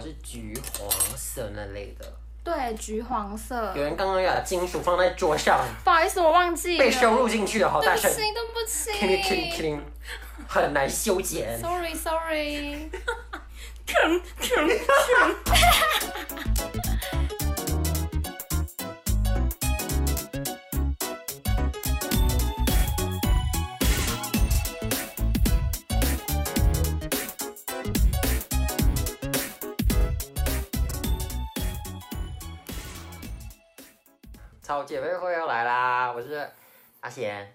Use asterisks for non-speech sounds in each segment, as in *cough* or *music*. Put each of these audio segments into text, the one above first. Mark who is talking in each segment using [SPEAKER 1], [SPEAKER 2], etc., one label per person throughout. [SPEAKER 1] 是橘黄色那类的。
[SPEAKER 2] 对，橘黄色
[SPEAKER 1] 有。人刚刚把金属放在桌上，
[SPEAKER 2] 不好意思，我忘记了。
[SPEAKER 1] 被收入进去了，好
[SPEAKER 2] 对
[SPEAKER 1] 大
[SPEAKER 2] 不
[SPEAKER 1] 声
[SPEAKER 2] 起，
[SPEAKER 1] ，cling
[SPEAKER 2] 对
[SPEAKER 1] cling
[SPEAKER 2] 不起。
[SPEAKER 1] cling，很难修剪。
[SPEAKER 2] Sorry, sorry。
[SPEAKER 1] *laughs* 超姐妹会要来啦！我是阿贤，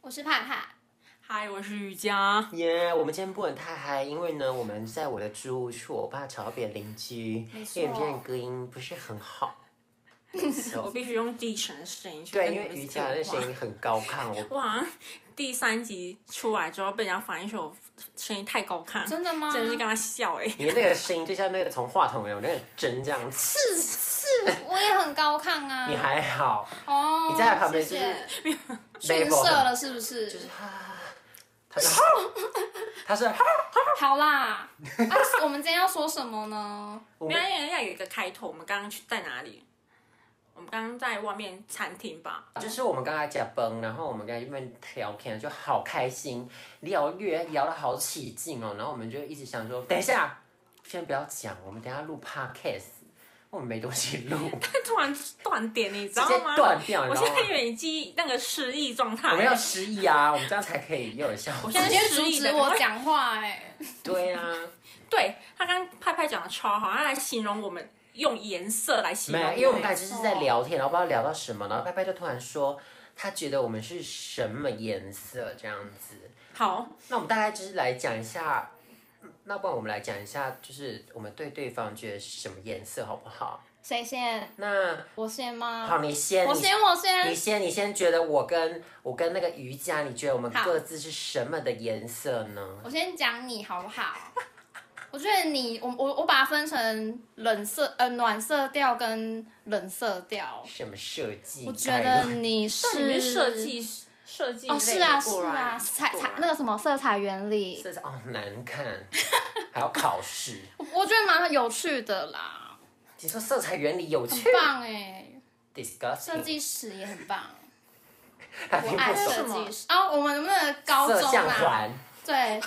[SPEAKER 2] 我是怕怕。
[SPEAKER 3] 嗨，我是瑜伽。
[SPEAKER 1] 耶、我们今天不能太嗨，因为呢，我们在我的住处，我怕吵到别的邻居，
[SPEAKER 2] 没错
[SPEAKER 1] 因为我们今天的隔音不是很
[SPEAKER 2] *laughs*
[SPEAKER 1] 好。
[SPEAKER 3] 我必须用低沉的声音去
[SPEAKER 1] 对，
[SPEAKER 3] 跟
[SPEAKER 1] 因
[SPEAKER 3] 你
[SPEAKER 1] 为
[SPEAKER 3] 们
[SPEAKER 1] 瑜
[SPEAKER 3] 讲
[SPEAKER 1] 伽的
[SPEAKER 3] 话
[SPEAKER 1] 声音很高亢，我
[SPEAKER 3] *laughs* 我好像第三集出来之后被人家反映说我声音太高亢，
[SPEAKER 2] 真的吗？
[SPEAKER 3] 真的是跟他笑哎、
[SPEAKER 1] 你的那个声音就像那个从话筒有那个针这样刺。
[SPEAKER 2] 是是，我也很高亢啊。
[SPEAKER 1] 你还好，
[SPEAKER 2] 哦，
[SPEAKER 1] 你在旁边
[SPEAKER 2] 谢
[SPEAKER 1] 就
[SPEAKER 2] 谢
[SPEAKER 1] 是
[SPEAKER 2] *laughs* 逊
[SPEAKER 1] level
[SPEAKER 2] 色
[SPEAKER 1] 很
[SPEAKER 2] 了是不是？
[SPEAKER 1] 他是他是
[SPEAKER 2] 好啦，啊，我们今天要说什
[SPEAKER 1] *laughs*
[SPEAKER 2] 么呢？
[SPEAKER 1] 我
[SPEAKER 3] 没有，
[SPEAKER 1] 们
[SPEAKER 3] 因为要有一个开头。我们刚刚去在哪里？我们刚刚在外面餐厅吧。 *laughs*
[SPEAKER 1] 就是我们刚才讲崩，然后我们刚才那边聊天就好开心，聊越聊的好起劲哦，然后我们就一直想说，等一下，先不要讲，我们等一下录 podcast，我们没东西录，
[SPEAKER 3] *laughs* 突然断点，你知
[SPEAKER 1] 直
[SPEAKER 3] 道
[SPEAKER 1] 接
[SPEAKER 3] 吗？
[SPEAKER 1] 断掉，你
[SPEAKER 3] 我
[SPEAKER 1] 知
[SPEAKER 3] 现
[SPEAKER 1] 道吗
[SPEAKER 3] 在？以为你记忆那个失忆状态。
[SPEAKER 1] 我们要失忆啊，我们这样才可以又有效果。
[SPEAKER 3] 现
[SPEAKER 2] 直
[SPEAKER 3] 在
[SPEAKER 2] 接阻止我讲话哎、
[SPEAKER 1] *laughs* 对啊，
[SPEAKER 3] 对他刚刚派派讲的超好，他来形容我们用颜色来形
[SPEAKER 1] 没
[SPEAKER 3] 容
[SPEAKER 1] 有，
[SPEAKER 3] 们，
[SPEAKER 1] 因为我们刚才就是在聊天，然后不知道聊到什么，然后拜拜就突然说，他觉得我们是什么颜色这样子。
[SPEAKER 3] 好，
[SPEAKER 1] 那我们大概就是来讲一下，嗯那不然我们来讲一下，就是我们对对方觉得是什么颜色好不好？
[SPEAKER 2] 谁先？
[SPEAKER 1] 那
[SPEAKER 2] 我先吗？
[SPEAKER 1] 好，你先，
[SPEAKER 2] 我
[SPEAKER 1] 你
[SPEAKER 2] 先，我
[SPEAKER 1] 你
[SPEAKER 2] 先。
[SPEAKER 1] 先，你先觉得我跟我跟那个瑜伽，你觉得我们
[SPEAKER 2] 好
[SPEAKER 1] 各自是什么的颜色呢？
[SPEAKER 2] 我先讲你好不好？我觉得你，我我我把它分成冷色呃暖色调跟冷色调。
[SPEAKER 1] 什么设计概念？
[SPEAKER 2] 我觉得你
[SPEAKER 3] 但你
[SPEAKER 2] 是
[SPEAKER 3] 是设计设计
[SPEAKER 2] 哦，
[SPEAKER 3] 类
[SPEAKER 2] 是
[SPEAKER 3] 的
[SPEAKER 2] 啊是
[SPEAKER 3] 过来
[SPEAKER 2] 啊，彩
[SPEAKER 3] 过
[SPEAKER 2] 彩
[SPEAKER 3] 来
[SPEAKER 2] 那个什么色彩原理，
[SPEAKER 1] *laughs* 这是哦，难看，还要考
[SPEAKER 2] *laughs*
[SPEAKER 1] 试。
[SPEAKER 2] 我我觉得蛮有趣的啦，
[SPEAKER 1] 你说色彩原理有
[SPEAKER 2] 很
[SPEAKER 1] 趣
[SPEAKER 2] 棒哎、设
[SPEAKER 1] ，disgusting，
[SPEAKER 2] 计师也很棒，
[SPEAKER 1] 他听
[SPEAKER 2] 我爱
[SPEAKER 1] 不
[SPEAKER 2] 设
[SPEAKER 1] 懂。
[SPEAKER 2] 计师。啊，我们能不能高
[SPEAKER 1] 色
[SPEAKER 2] 中
[SPEAKER 1] 相
[SPEAKER 2] 啊？
[SPEAKER 1] 环，
[SPEAKER 2] 对，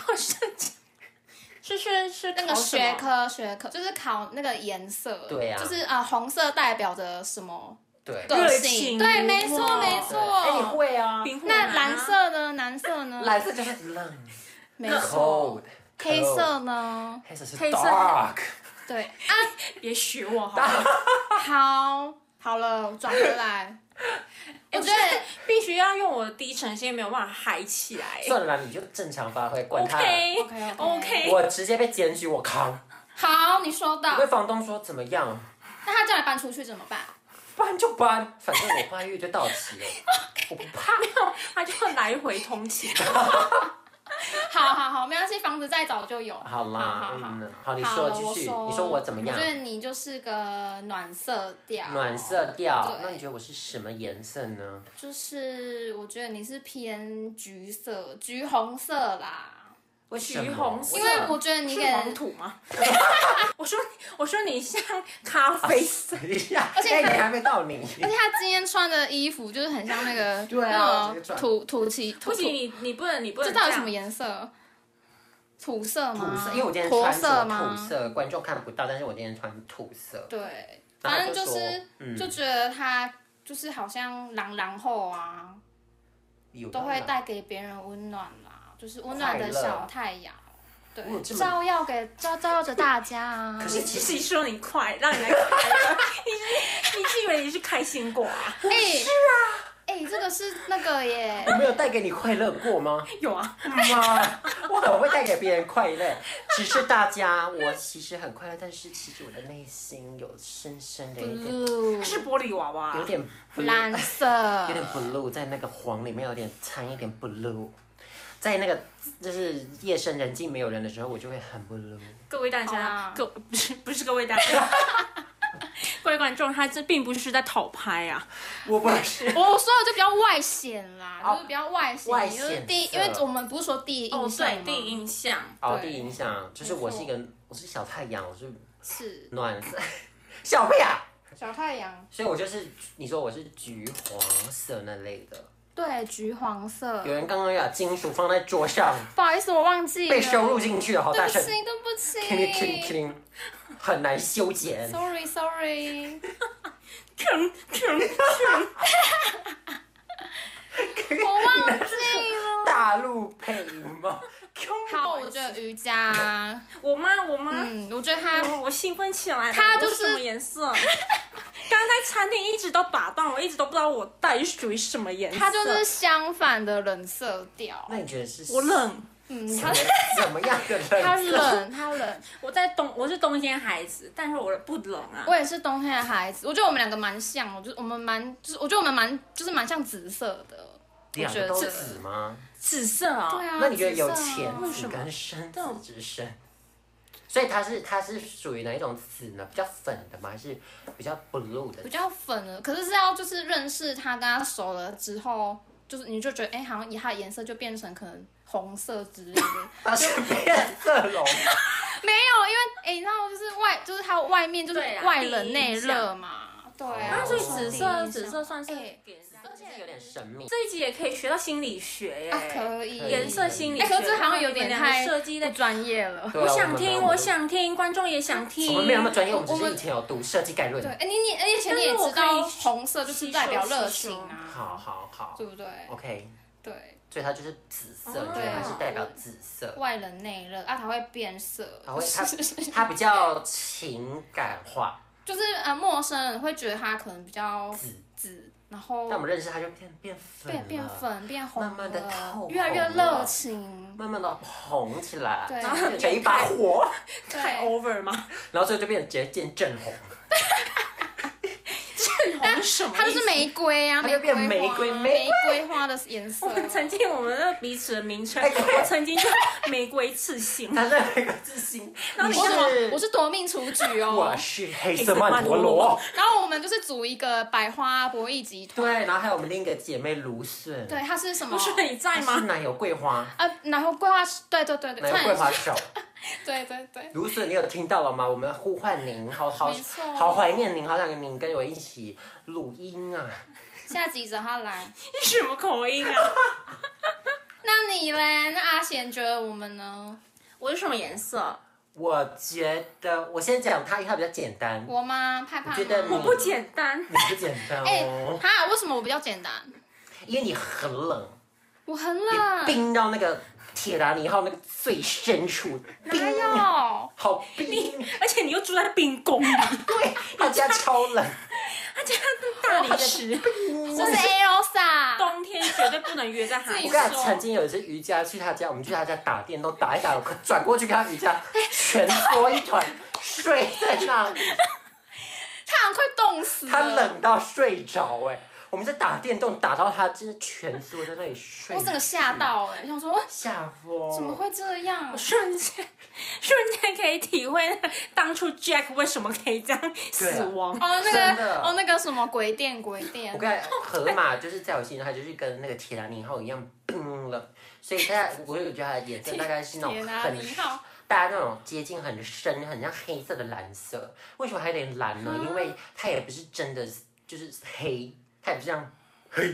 [SPEAKER 3] 是是是
[SPEAKER 2] *laughs* 那个
[SPEAKER 3] 考什
[SPEAKER 2] 学
[SPEAKER 3] 么
[SPEAKER 2] 科学科就是考那个颜色，
[SPEAKER 1] 对啊
[SPEAKER 2] 就是啊、呃红色代表着什么
[SPEAKER 1] 对，
[SPEAKER 2] 个
[SPEAKER 3] 热
[SPEAKER 2] 性？
[SPEAKER 3] 情
[SPEAKER 2] 对，没错
[SPEAKER 3] 哇
[SPEAKER 2] 没
[SPEAKER 1] 对哎，你
[SPEAKER 2] 错。
[SPEAKER 1] 会啊？
[SPEAKER 3] 冰壶男
[SPEAKER 2] 那
[SPEAKER 3] 啊
[SPEAKER 2] 蓝色呢？蓝色呢？
[SPEAKER 1] 蓝色就是冷
[SPEAKER 2] 没错。
[SPEAKER 1] ，cold，
[SPEAKER 2] 黑色呢？
[SPEAKER 1] 黑色是
[SPEAKER 3] 黑色
[SPEAKER 1] dark，
[SPEAKER 2] 对啊，
[SPEAKER 3] 别学我好不好，
[SPEAKER 2] 好，好了，我转回来。 *laughs* 哎我
[SPEAKER 3] 我
[SPEAKER 2] 觉
[SPEAKER 3] 觉
[SPEAKER 2] 得
[SPEAKER 3] 得必须要用我的低沉声音，没有办法嗨起来。
[SPEAKER 1] 算了啦，你就正常发挥，管他。
[SPEAKER 3] OK
[SPEAKER 2] OK，OK
[SPEAKER 1] 我直接被检举，我扛。
[SPEAKER 2] 好，你说到
[SPEAKER 1] 我，被房东说怎么样？
[SPEAKER 2] 那他叫你搬出去怎么办？
[SPEAKER 1] 搬就搬，反正我八月就到期
[SPEAKER 2] *laughs*
[SPEAKER 1] 了，我不怕。
[SPEAKER 3] 他就会来回通勤。
[SPEAKER 2] 好好好，没关系，房子再早就有。
[SPEAKER 1] 好啦，
[SPEAKER 2] 好好好
[SPEAKER 1] 嗯，好，你
[SPEAKER 2] 好
[SPEAKER 1] 说
[SPEAKER 2] 了
[SPEAKER 1] 继
[SPEAKER 2] 我
[SPEAKER 1] 续，
[SPEAKER 2] 说
[SPEAKER 1] 你说我怎么样
[SPEAKER 2] 我觉？得你就是个暖色调，
[SPEAKER 1] 暖色调
[SPEAKER 2] 对，
[SPEAKER 1] 那你觉得我是什么颜色呢？
[SPEAKER 2] 就是我觉得你是偏橘色、橘红色啦，
[SPEAKER 1] *laughs* 为什么
[SPEAKER 3] 橘红色
[SPEAKER 2] 因为我觉得你
[SPEAKER 3] 是
[SPEAKER 2] 给
[SPEAKER 3] 黄
[SPEAKER 2] 人，
[SPEAKER 3] 土吗？ *laughs* 我说我说你像咖啡色，
[SPEAKER 1] 等一下，
[SPEAKER 2] *laughs* 而且
[SPEAKER 1] 哎
[SPEAKER 2] 他
[SPEAKER 1] 你还没到
[SPEAKER 2] *laughs*
[SPEAKER 1] 你，
[SPEAKER 2] 而且他今天穿的衣服就是很像那个
[SPEAKER 1] 对啊
[SPEAKER 2] 那
[SPEAKER 1] 这个
[SPEAKER 2] 种
[SPEAKER 1] 转
[SPEAKER 2] 土土其土
[SPEAKER 3] 不行，
[SPEAKER 2] 土，
[SPEAKER 3] 你你不能你不
[SPEAKER 2] 这
[SPEAKER 3] 能
[SPEAKER 2] 到底
[SPEAKER 3] 样
[SPEAKER 2] 什么颜色？土色
[SPEAKER 1] 土
[SPEAKER 2] 吗？
[SPEAKER 1] 色，因为我今天
[SPEAKER 2] 嗯驼
[SPEAKER 1] 穿什么
[SPEAKER 2] 色吗？
[SPEAKER 1] 土色，观众看不到，但是我今天穿土色，
[SPEAKER 2] 对，
[SPEAKER 1] 然后
[SPEAKER 2] 反正
[SPEAKER 1] 他
[SPEAKER 2] 就
[SPEAKER 1] 说
[SPEAKER 2] 是、
[SPEAKER 1] 嗯
[SPEAKER 2] 就觉得他就是好像狼狼后啊，
[SPEAKER 1] 有
[SPEAKER 2] 都
[SPEAKER 1] 到
[SPEAKER 2] 会
[SPEAKER 1] 哪
[SPEAKER 2] 带给别人温暖啦，就是温暖的
[SPEAKER 1] 快乐
[SPEAKER 2] 小太阳，对
[SPEAKER 1] 我有，这么
[SPEAKER 2] 照耀给照照耀着大家啊。
[SPEAKER 1] 可
[SPEAKER 3] 你
[SPEAKER 1] 是
[SPEAKER 3] 自己说你快，让你来快乐。你你是以为你是开心果啊？
[SPEAKER 2] 哎、是啊，哎、这个是那个耶，
[SPEAKER 1] 我没有带给你快乐过吗？
[SPEAKER 3] 有啊，
[SPEAKER 1] 妈， *laughs* 我很会带给别人快乐，只是大家我其实很快乐，但是其实我的内心有深深的一点，
[SPEAKER 3] 是玻璃娃啊娃
[SPEAKER 1] 有。点 blue，
[SPEAKER 2] 蓝色
[SPEAKER 1] 有，点 blue，在那个黄里面有点掺一点 blue，在那个就是夜深人静没有人的时候，我就会很 blue。
[SPEAKER 3] 各位大
[SPEAKER 2] 啊
[SPEAKER 3] 家，各 *laughs* 不是不是各位大家， *laughs* 各位观众，他这并不是在讨拍啊，
[SPEAKER 1] 我不是，
[SPEAKER 2] 我哦我说的就比较外显啦，就是比较外显，
[SPEAKER 1] 哦外
[SPEAKER 2] 就是
[SPEAKER 1] 显
[SPEAKER 2] 第一，
[SPEAKER 1] 色
[SPEAKER 2] 因为我们不
[SPEAKER 3] 哦
[SPEAKER 2] 是说第一印象吗？
[SPEAKER 3] 印象。
[SPEAKER 1] 哦，第一印象就是
[SPEAKER 2] 没
[SPEAKER 1] 我
[SPEAKER 2] 错
[SPEAKER 1] 是一个，我是小太阳，我是
[SPEAKER 2] 是
[SPEAKER 1] 暖 *laughs* 色，小屁啊！
[SPEAKER 2] 小太阳，
[SPEAKER 1] 所以我就是你说我是橘黄色那类的。
[SPEAKER 2] 对，橘黄色
[SPEAKER 1] 有。人刚刚要把金属放在桌上，
[SPEAKER 2] 不好意思，我忘记了。
[SPEAKER 1] 被收入进去了，好
[SPEAKER 2] 对
[SPEAKER 1] 大
[SPEAKER 2] 不
[SPEAKER 1] 声
[SPEAKER 2] 起，对
[SPEAKER 1] ，cling cling
[SPEAKER 2] 不起
[SPEAKER 1] cling，很难修剪。
[SPEAKER 2] ，sorry sorry。
[SPEAKER 3] 吭吭吭，
[SPEAKER 2] 我忘记了。
[SPEAKER 1] 大陆配音吗？
[SPEAKER 2] *laughs* 好，我觉得
[SPEAKER 1] *laughs*
[SPEAKER 2] 瑜伽，
[SPEAKER 3] 我妈我妈，
[SPEAKER 2] 嗯，我觉得它
[SPEAKER 3] 我我兴奋起来了。
[SPEAKER 2] 她就
[SPEAKER 3] 我
[SPEAKER 2] 是
[SPEAKER 3] 什么颜色？ *laughs* 刚才餐厅一直都打断我，一直都不知道我到底是属于什么颜色。
[SPEAKER 2] 它就是相反的冷色调。
[SPEAKER 1] 那你觉得是
[SPEAKER 3] 我冷，
[SPEAKER 2] 嗯，
[SPEAKER 1] 什
[SPEAKER 2] 它
[SPEAKER 1] 么怎么样的
[SPEAKER 2] 它
[SPEAKER 1] 人？
[SPEAKER 2] 冷，它冷。
[SPEAKER 3] 我在冬，我是冬天孩子，但是我不冷啊。
[SPEAKER 2] 我也是冬天的孩子，我觉得我们两个蛮像，我就我们蛮就是我觉得我们蛮就是蛮像紫色的。我
[SPEAKER 1] 两
[SPEAKER 2] 觉
[SPEAKER 1] 个
[SPEAKER 2] 得
[SPEAKER 1] 都
[SPEAKER 2] 这
[SPEAKER 1] 紫吗？
[SPEAKER 3] 紫色啊、
[SPEAKER 2] 对啊，
[SPEAKER 1] 那你觉得有
[SPEAKER 2] 紫色啊
[SPEAKER 1] 浅紫跟深紫之深？所以它是它是属于哪一种紫呢？比较粉的吗？还是比较 blue 的
[SPEAKER 2] 比？较粉了，可是是要就是认识它，跟它熟了之后，就是你就觉得哎、好像以它的颜色就变成可能红色之类的。 *laughs*
[SPEAKER 1] 它啊是变色龙，
[SPEAKER 2] 没有，因为哎、你知道就是外，就是它外面就是
[SPEAKER 3] 对啊
[SPEAKER 2] 外冷内热嘛，对啊。
[SPEAKER 1] 那
[SPEAKER 3] 啊，所以
[SPEAKER 2] 我
[SPEAKER 3] 紫
[SPEAKER 2] 第
[SPEAKER 3] 色
[SPEAKER 2] 一
[SPEAKER 3] 紫色算是
[SPEAKER 2] 哎
[SPEAKER 3] 给人家
[SPEAKER 2] 而且
[SPEAKER 1] 有点神秘。
[SPEAKER 3] 这一集也可以学到心理学耶，
[SPEAKER 2] 啊可以
[SPEAKER 3] 颜色心理学。
[SPEAKER 2] 哎、可是这好像有点太
[SPEAKER 3] 你们两个设计
[SPEAKER 2] 不
[SPEAKER 3] 的，
[SPEAKER 2] 专业了。
[SPEAKER 1] 对啊
[SPEAKER 3] 我想听，
[SPEAKER 1] 们
[SPEAKER 3] 我想听，观众也想听。
[SPEAKER 1] 我们没有那么专业，我们只
[SPEAKER 2] 我
[SPEAKER 1] 是
[SPEAKER 2] 们
[SPEAKER 1] 以前有读设计概论
[SPEAKER 2] 对，。哎、你你而且你也
[SPEAKER 3] 但是我
[SPEAKER 2] 知
[SPEAKER 3] 可
[SPEAKER 2] 道
[SPEAKER 3] 以
[SPEAKER 2] 红色就是代表热情啊，
[SPEAKER 1] 好好好
[SPEAKER 2] 对不对？
[SPEAKER 1] ，OK。
[SPEAKER 2] 对，
[SPEAKER 1] 所以它就是紫色，
[SPEAKER 3] 哦
[SPEAKER 1] 你觉得它是代表紫色，
[SPEAKER 2] 外冷内热啊，它会变色，
[SPEAKER 3] 啊
[SPEAKER 1] 它
[SPEAKER 2] *laughs*
[SPEAKER 1] 会它
[SPEAKER 2] 就
[SPEAKER 1] 它比较情感化。
[SPEAKER 2] 是啊，陌生人会觉得它可能比较
[SPEAKER 1] 紫
[SPEAKER 2] 紫，然后
[SPEAKER 1] 但我们认识它就变变粉，
[SPEAKER 2] 变变，粉变红了，
[SPEAKER 1] 慢慢地透红
[SPEAKER 2] 越来越
[SPEAKER 1] 了
[SPEAKER 2] 热情，
[SPEAKER 1] 慢慢的红起来，
[SPEAKER 2] 对
[SPEAKER 1] 然后变成一把火，
[SPEAKER 3] 太
[SPEAKER 2] 对
[SPEAKER 3] *laughs* over 吗？
[SPEAKER 1] 然后最后就变成直接见正红，
[SPEAKER 3] 正红啊是什么意思？
[SPEAKER 2] 它就是玫瑰啊，
[SPEAKER 1] 它就变
[SPEAKER 2] 玫
[SPEAKER 1] 玫瑰
[SPEAKER 2] 花
[SPEAKER 1] 玫
[SPEAKER 2] 玫瑰花的
[SPEAKER 1] *laughs*
[SPEAKER 2] 颜色
[SPEAKER 3] 我。们曾经我们的彼此的名称，
[SPEAKER 1] 哎对哎
[SPEAKER 3] 我曾经叫玫瑰刺心， *laughs*
[SPEAKER 1] 它是那个自信。
[SPEAKER 3] 然后
[SPEAKER 1] 你
[SPEAKER 3] 你
[SPEAKER 2] 我
[SPEAKER 3] 干嘛
[SPEAKER 2] 是我
[SPEAKER 1] 是
[SPEAKER 2] 是夺命雏菊哦
[SPEAKER 1] 我，是黑色曼陀罗，
[SPEAKER 2] 然后我们就是组一个百花博弈集团，
[SPEAKER 1] 对，然后还有我们另一个姐妹芦笋，
[SPEAKER 2] 对，它是什么
[SPEAKER 3] 不？是你在
[SPEAKER 1] 她是
[SPEAKER 3] 吗？
[SPEAKER 1] 奶油桂花，
[SPEAKER 2] 啊，然后桂花，对对对对，
[SPEAKER 1] 奶
[SPEAKER 2] 突
[SPEAKER 1] 油
[SPEAKER 2] 然
[SPEAKER 1] 桂花手，
[SPEAKER 2] 对对对，
[SPEAKER 1] *laughs* 芦笋，你有听到了吗？我们呼唤您，好好
[SPEAKER 2] 没错
[SPEAKER 1] 好怀念您，好想您跟我一起录音啊！
[SPEAKER 2] 下集找他来。
[SPEAKER 3] 什么口音啊？
[SPEAKER 2] 那你嘞？那阿贤觉得我们呢？
[SPEAKER 3] *laughs* 我是什么颜色？
[SPEAKER 1] 我觉得我先讲它，因为它比较简单，
[SPEAKER 2] 我吗？派
[SPEAKER 1] 我
[SPEAKER 2] 派
[SPEAKER 1] 觉得
[SPEAKER 3] 我
[SPEAKER 2] 吗？
[SPEAKER 3] 不简单，
[SPEAKER 1] 你不简单
[SPEAKER 2] 哎
[SPEAKER 1] 哦，，
[SPEAKER 2] 哈，为什么我比较简单？
[SPEAKER 1] 因为你很冷。
[SPEAKER 2] 我很冷，
[SPEAKER 1] 冰到那个铁达尼号那个最深处，
[SPEAKER 2] 哪
[SPEAKER 1] 冰， *laughs*
[SPEAKER 2] 有？
[SPEAKER 1] 好冰，
[SPEAKER 3] 而且你又住在冰宫
[SPEAKER 1] 嗯
[SPEAKER 3] 啊，
[SPEAKER 1] 大家超冷，
[SPEAKER 3] *laughs* 他家大理石，
[SPEAKER 2] 这是 a l s a
[SPEAKER 3] 冬天绝对不能约在海
[SPEAKER 2] 自己
[SPEAKER 1] 我
[SPEAKER 2] 说
[SPEAKER 1] 跟你曾经有一次瑜伽去他家，我们去他家打电动，打一打，我转过去看他瑜伽，
[SPEAKER 2] 哎
[SPEAKER 1] 蜷缩一团，睡在那里，
[SPEAKER 2] 他好像快冻死了。
[SPEAKER 1] 他冷到睡着哎、我们在打电动，打到他真的蜷缩在那里睡，
[SPEAKER 2] 我整个吓到哎、欸，想说
[SPEAKER 1] 吓疯，
[SPEAKER 2] 怎么？会这样
[SPEAKER 3] 我？ *laughs* 瞬间瞬间可以体会当初 Jack 为什么可以这样
[SPEAKER 1] 啊
[SPEAKER 3] 死亡。
[SPEAKER 2] 哦，那
[SPEAKER 1] 真
[SPEAKER 2] 个
[SPEAKER 1] 的
[SPEAKER 2] 哦，那个什么鬼店鬼店
[SPEAKER 1] 我，看河马就是在我心中，它就是跟那个铁达尼号一样冰冷，所以它我有觉得它的颜色大概是那种
[SPEAKER 2] 铁达
[SPEAKER 1] 很
[SPEAKER 2] 尼号，
[SPEAKER 1] 大家那种接近很深、很像黑色的蓝色，为什么还有点蓝
[SPEAKER 2] 啊
[SPEAKER 1] 呢？因为它也不是真的就是黑，它也不像，它
[SPEAKER 2] 是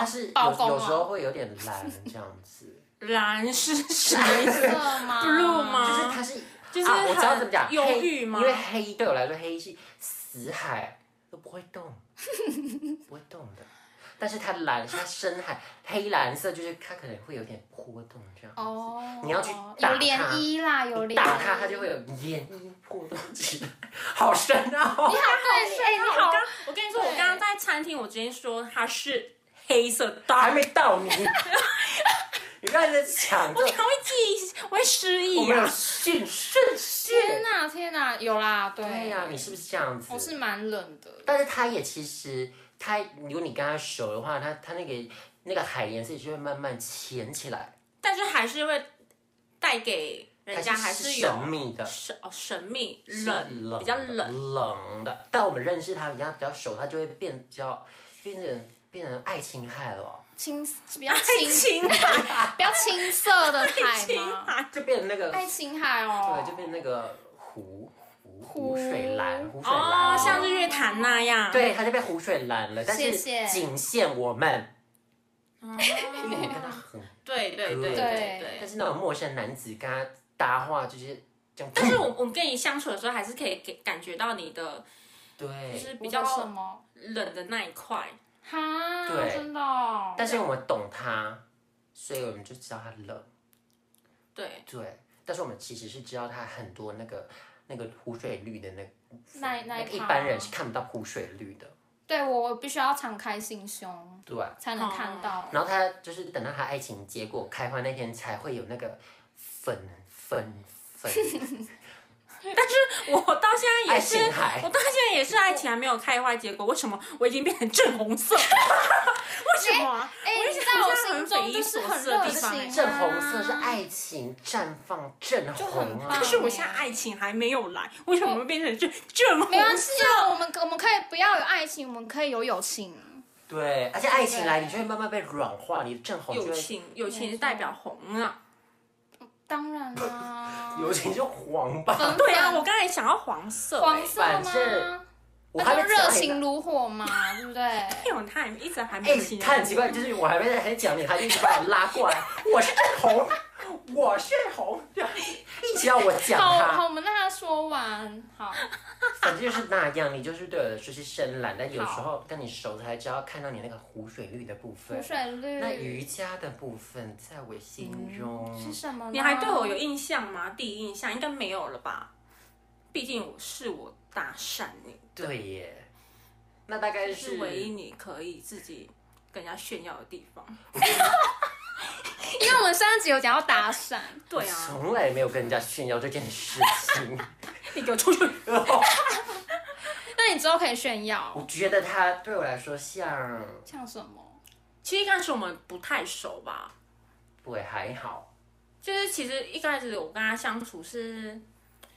[SPEAKER 2] 吗
[SPEAKER 1] 是有
[SPEAKER 2] 暴风啊
[SPEAKER 1] 有时候
[SPEAKER 2] 吗？
[SPEAKER 1] 会有点蓝这样子，
[SPEAKER 3] 蓝 *laughs* 是什么意思？
[SPEAKER 2] 色吗
[SPEAKER 3] Blue
[SPEAKER 1] 就
[SPEAKER 3] 吗
[SPEAKER 1] 是它是
[SPEAKER 3] 就是
[SPEAKER 1] 啊，我知道
[SPEAKER 3] 很
[SPEAKER 1] 怎么讲，
[SPEAKER 3] 忧
[SPEAKER 1] 黑
[SPEAKER 3] 郁吗
[SPEAKER 1] 因？为黑对我来说，黑是死海都不会
[SPEAKER 3] *laughs*
[SPEAKER 1] 动，不会动的。但是它蓝是它深海，黑蓝色就是它可能会有点波动这样。
[SPEAKER 2] 哦，
[SPEAKER 1] 你要去
[SPEAKER 2] 有
[SPEAKER 1] 打它
[SPEAKER 2] 涟漪啦，有涟
[SPEAKER 1] 你
[SPEAKER 2] 漪，
[SPEAKER 1] 打它，它就会有涟漪波动起来，好深啊奥、
[SPEAKER 2] 你好对，哎、
[SPEAKER 3] 我
[SPEAKER 2] 你
[SPEAKER 3] 刚
[SPEAKER 2] 好，
[SPEAKER 3] 我跟你说，我刚刚在餐厅，我直接说它是黑色的。
[SPEAKER 1] 还没到你， *laughs* 你刚才在抢
[SPEAKER 3] 我
[SPEAKER 1] 这
[SPEAKER 3] 可，能会记忆，我会失
[SPEAKER 1] 我
[SPEAKER 3] 忆
[SPEAKER 1] 没有
[SPEAKER 3] 啊。
[SPEAKER 1] 训训训。
[SPEAKER 2] 天哪、天哪、有啦，对，
[SPEAKER 1] 对呀、你是不是这样子？
[SPEAKER 2] 我是蛮冷的，
[SPEAKER 1] 但是它也其实，它如果你跟它熟的话，它它那个那个海颜色就会慢慢浅起来，
[SPEAKER 3] 但是还是会带给人家还
[SPEAKER 1] 是
[SPEAKER 3] 有
[SPEAKER 1] 神秘的。
[SPEAKER 3] 神哦神秘
[SPEAKER 1] 是
[SPEAKER 3] 冷，
[SPEAKER 1] 冷，
[SPEAKER 3] 比较冷。
[SPEAKER 1] 冷的，但我们认识它，比较比较熟，它就会变比较，变成变成爱情海了，
[SPEAKER 2] 青比较
[SPEAKER 3] 太
[SPEAKER 2] 青
[SPEAKER 3] 青海，
[SPEAKER 2] 比较青色的海
[SPEAKER 3] 青
[SPEAKER 2] 吗？
[SPEAKER 3] 海，
[SPEAKER 1] 就变成那个，
[SPEAKER 2] 爱青海哦，
[SPEAKER 1] 对，就变成那个湖，湖湖水蓝，湖水蓝
[SPEAKER 3] 哦，像日月潭那样。，
[SPEAKER 1] 对，他就被湖水蓝了，但是
[SPEAKER 2] 谢谢
[SPEAKER 1] 仅限我们，因为我跟他很，
[SPEAKER 3] 哦对对对
[SPEAKER 1] 但
[SPEAKER 3] 对。
[SPEAKER 1] 是那种陌生男子跟他搭话就是这样，
[SPEAKER 3] 但是我我们跟你相处的时候，还是可以给感觉到你的就
[SPEAKER 1] 对，
[SPEAKER 3] 是比
[SPEAKER 2] 比
[SPEAKER 3] 较
[SPEAKER 2] 较什么？
[SPEAKER 3] 冷的那一块。
[SPEAKER 2] 哈，
[SPEAKER 1] 对
[SPEAKER 2] 真的哦、
[SPEAKER 1] 但是我们懂他，所以我们就知道他冷，
[SPEAKER 3] 对，
[SPEAKER 1] 对，但是我们其实是知道他很多那个那个湖水绿的那
[SPEAKER 2] 那那
[SPEAKER 1] 一
[SPEAKER 2] 趴
[SPEAKER 1] 般人是看不到湖水绿的，
[SPEAKER 2] 对我，我必须要敞开心胸
[SPEAKER 1] 对。
[SPEAKER 2] 才能
[SPEAKER 3] 哦
[SPEAKER 2] 看到。
[SPEAKER 1] 然后他就是等到他爱情结果开花那天才会有那个粉粉粉
[SPEAKER 3] 我到现在
[SPEAKER 1] 爱
[SPEAKER 3] 也是
[SPEAKER 1] 情海
[SPEAKER 3] 我，到现在也是爱情还没有开花结果，为什么我已经变成正红色？为什么啊？
[SPEAKER 2] 哎、
[SPEAKER 3] 我
[SPEAKER 2] 你
[SPEAKER 3] 也
[SPEAKER 2] 知
[SPEAKER 3] 想
[SPEAKER 2] 道我
[SPEAKER 3] 这样
[SPEAKER 2] 心
[SPEAKER 3] 很匪
[SPEAKER 2] 中
[SPEAKER 3] 夷
[SPEAKER 2] 就是
[SPEAKER 3] 所
[SPEAKER 2] 很
[SPEAKER 3] 思的
[SPEAKER 2] 热
[SPEAKER 3] 地
[SPEAKER 2] 情、
[SPEAKER 3] 方
[SPEAKER 2] 啊，
[SPEAKER 1] 正哎红色是爱情绽放正
[SPEAKER 2] 就很
[SPEAKER 1] 红啊
[SPEAKER 2] 棒
[SPEAKER 3] 可！是我现在爱情还没有来，为什么会变成正正
[SPEAKER 2] 没
[SPEAKER 3] 红
[SPEAKER 2] 关
[SPEAKER 3] 色？
[SPEAKER 2] 系啊，我们我们可以不要有爱情，我们可以有友情。
[SPEAKER 1] 对，而且爱情来，你就会慢慢被软化，你的正红就
[SPEAKER 3] 友
[SPEAKER 1] 会
[SPEAKER 3] 情，友情是代表红啊。
[SPEAKER 2] 当然啦、
[SPEAKER 1] 友情就黄吧。
[SPEAKER 2] 粉
[SPEAKER 3] 对啊，我刚才想要黄色、
[SPEAKER 2] 黄
[SPEAKER 3] 欸，
[SPEAKER 2] 色
[SPEAKER 1] 反正
[SPEAKER 2] 吗？
[SPEAKER 1] 我还没
[SPEAKER 2] 那就热
[SPEAKER 1] 讲你
[SPEAKER 2] 情
[SPEAKER 1] 呢。
[SPEAKER 2] 如火嘛，对不对？
[SPEAKER 3] 因为我他一直还没
[SPEAKER 1] 哎、
[SPEAKER 3] 有起来
[SPEAKER 1] 他很奇怪，就是我还没还讲你，他就一直把我拉过来，
[SPEAKER 3] *laughs*
[SPEAKER 1] 我是正红，我是红，这样一直要我讲
[SPEAKER 2] 好
[SPEAKER 1] 他。
[SPEAKER 2] 好，我们让他说完。好，
[SPEAKER 1] 反正就是那样，你就是对我来说是深蓝，但有时候跟你熟才知道看到你那个湖水绿的部分
[SPEAKER 2] 湖。水绿
[SPEAKER 1] 那瑜伽的部分在我心中，
[SPEAKER 3] 嗯
[SPEAKER 2] 是什么呢？
[SPEAKER 3] 你还对我有印象吗？第一印象应该没有了吧？毕竟我是我搭讪你，
[SPEAKER 1] 对耶。那大概
[SPEAKER 3] 是
[SPEAKER 1] 是
[SPEAKER 3] 唯一你可以自己跟人家炫耀的地方。
[SPEAKER 2] 因为我们上一集有讲到打伞，
[SPEAKER 3] 对啊，
[SPEAKER 1] 从来没有跟人家炫耀这件事情。
[SPEAKER 3] *laughs*
[SPEAKER 1] 哦
[SPEAKER 3] 你给我出去！
[SPEAKER 2] 那你之后可以炫耀，
[SPEAKER 1] 我觉得他对我来说像，
[SPEAKER 2] 像什么？
[SPEAKER 3] 其实一开始我们不太熟吧，
[SPEAKER 1] 对还好，
[SPEAKER 3] 就是其实一开始我跟他相处是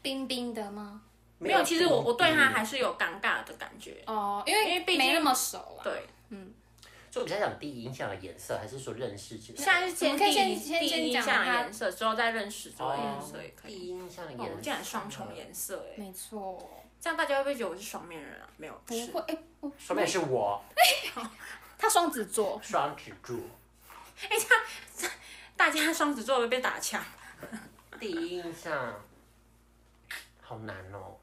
[SPEAKER 2] 冰冰的吗？
[SPEAKER 1] 没
[SPEAKER 3] 没有，其实我我对
[SPEAKER 1] 嗯
[SPEAKER 3] 他还是有尴尬的感觉。
[SPEAKER 2] 哦，因为
[SPEAKER 3] 因为毕竟
[SPEAKER 2] 没那么熟啊。
[SPEAKER 3] 对，
[SPEAKER 1] 就我比较讲第一印象的颜色，还是说认识这
[SPEAKER 3] 现在是
[SPEAKER 2] 我
[SPEAKER 3] 先
[SPEAKER 2] 们可
[SPEAKER 3] 第
[SPEAKER 2] 以先
[SPEAKER 3] 一
[SPEAKER 2] 先
[SPEAKER 3] 第一
[SPEAKER 2] 先
[SPEAKER 3] 印
[SPEAKER 2] 讲
[SPEAKER 3] 象的
[SPEAKER 2] 他
[SPEAKER 3] 颜色，之后再认识之后的颜
[SPEAKER 1] 哦
[SPEAKER 3] 色也可
[SPEAKER 1] 第
[SPEAKER 3] 以。
[SPEAKER 1] 一印象的
[SPEAKER 3] 哦
[SPEAKER 1] 颜色，
[SPEAKER 3] 我竟然双重颜色哎，
[SPEAKER 2] 没错，
[SPEAKER 3] 这样大家会不会觉得我是双面人啊？没有，
[SPEAKER 2] 不
[SPEAKER 3] 是
[SPEAKER 2] 会，哎、我
[SPEAKER 1] 说明是我
[SPEAKER 2] 他双子座，
[SPEAKER 1] 双子座。
[SPEAKER 3] *laughs* 大家双子座会被打枪。
[SPEAKER 1] 第一印象好难哦，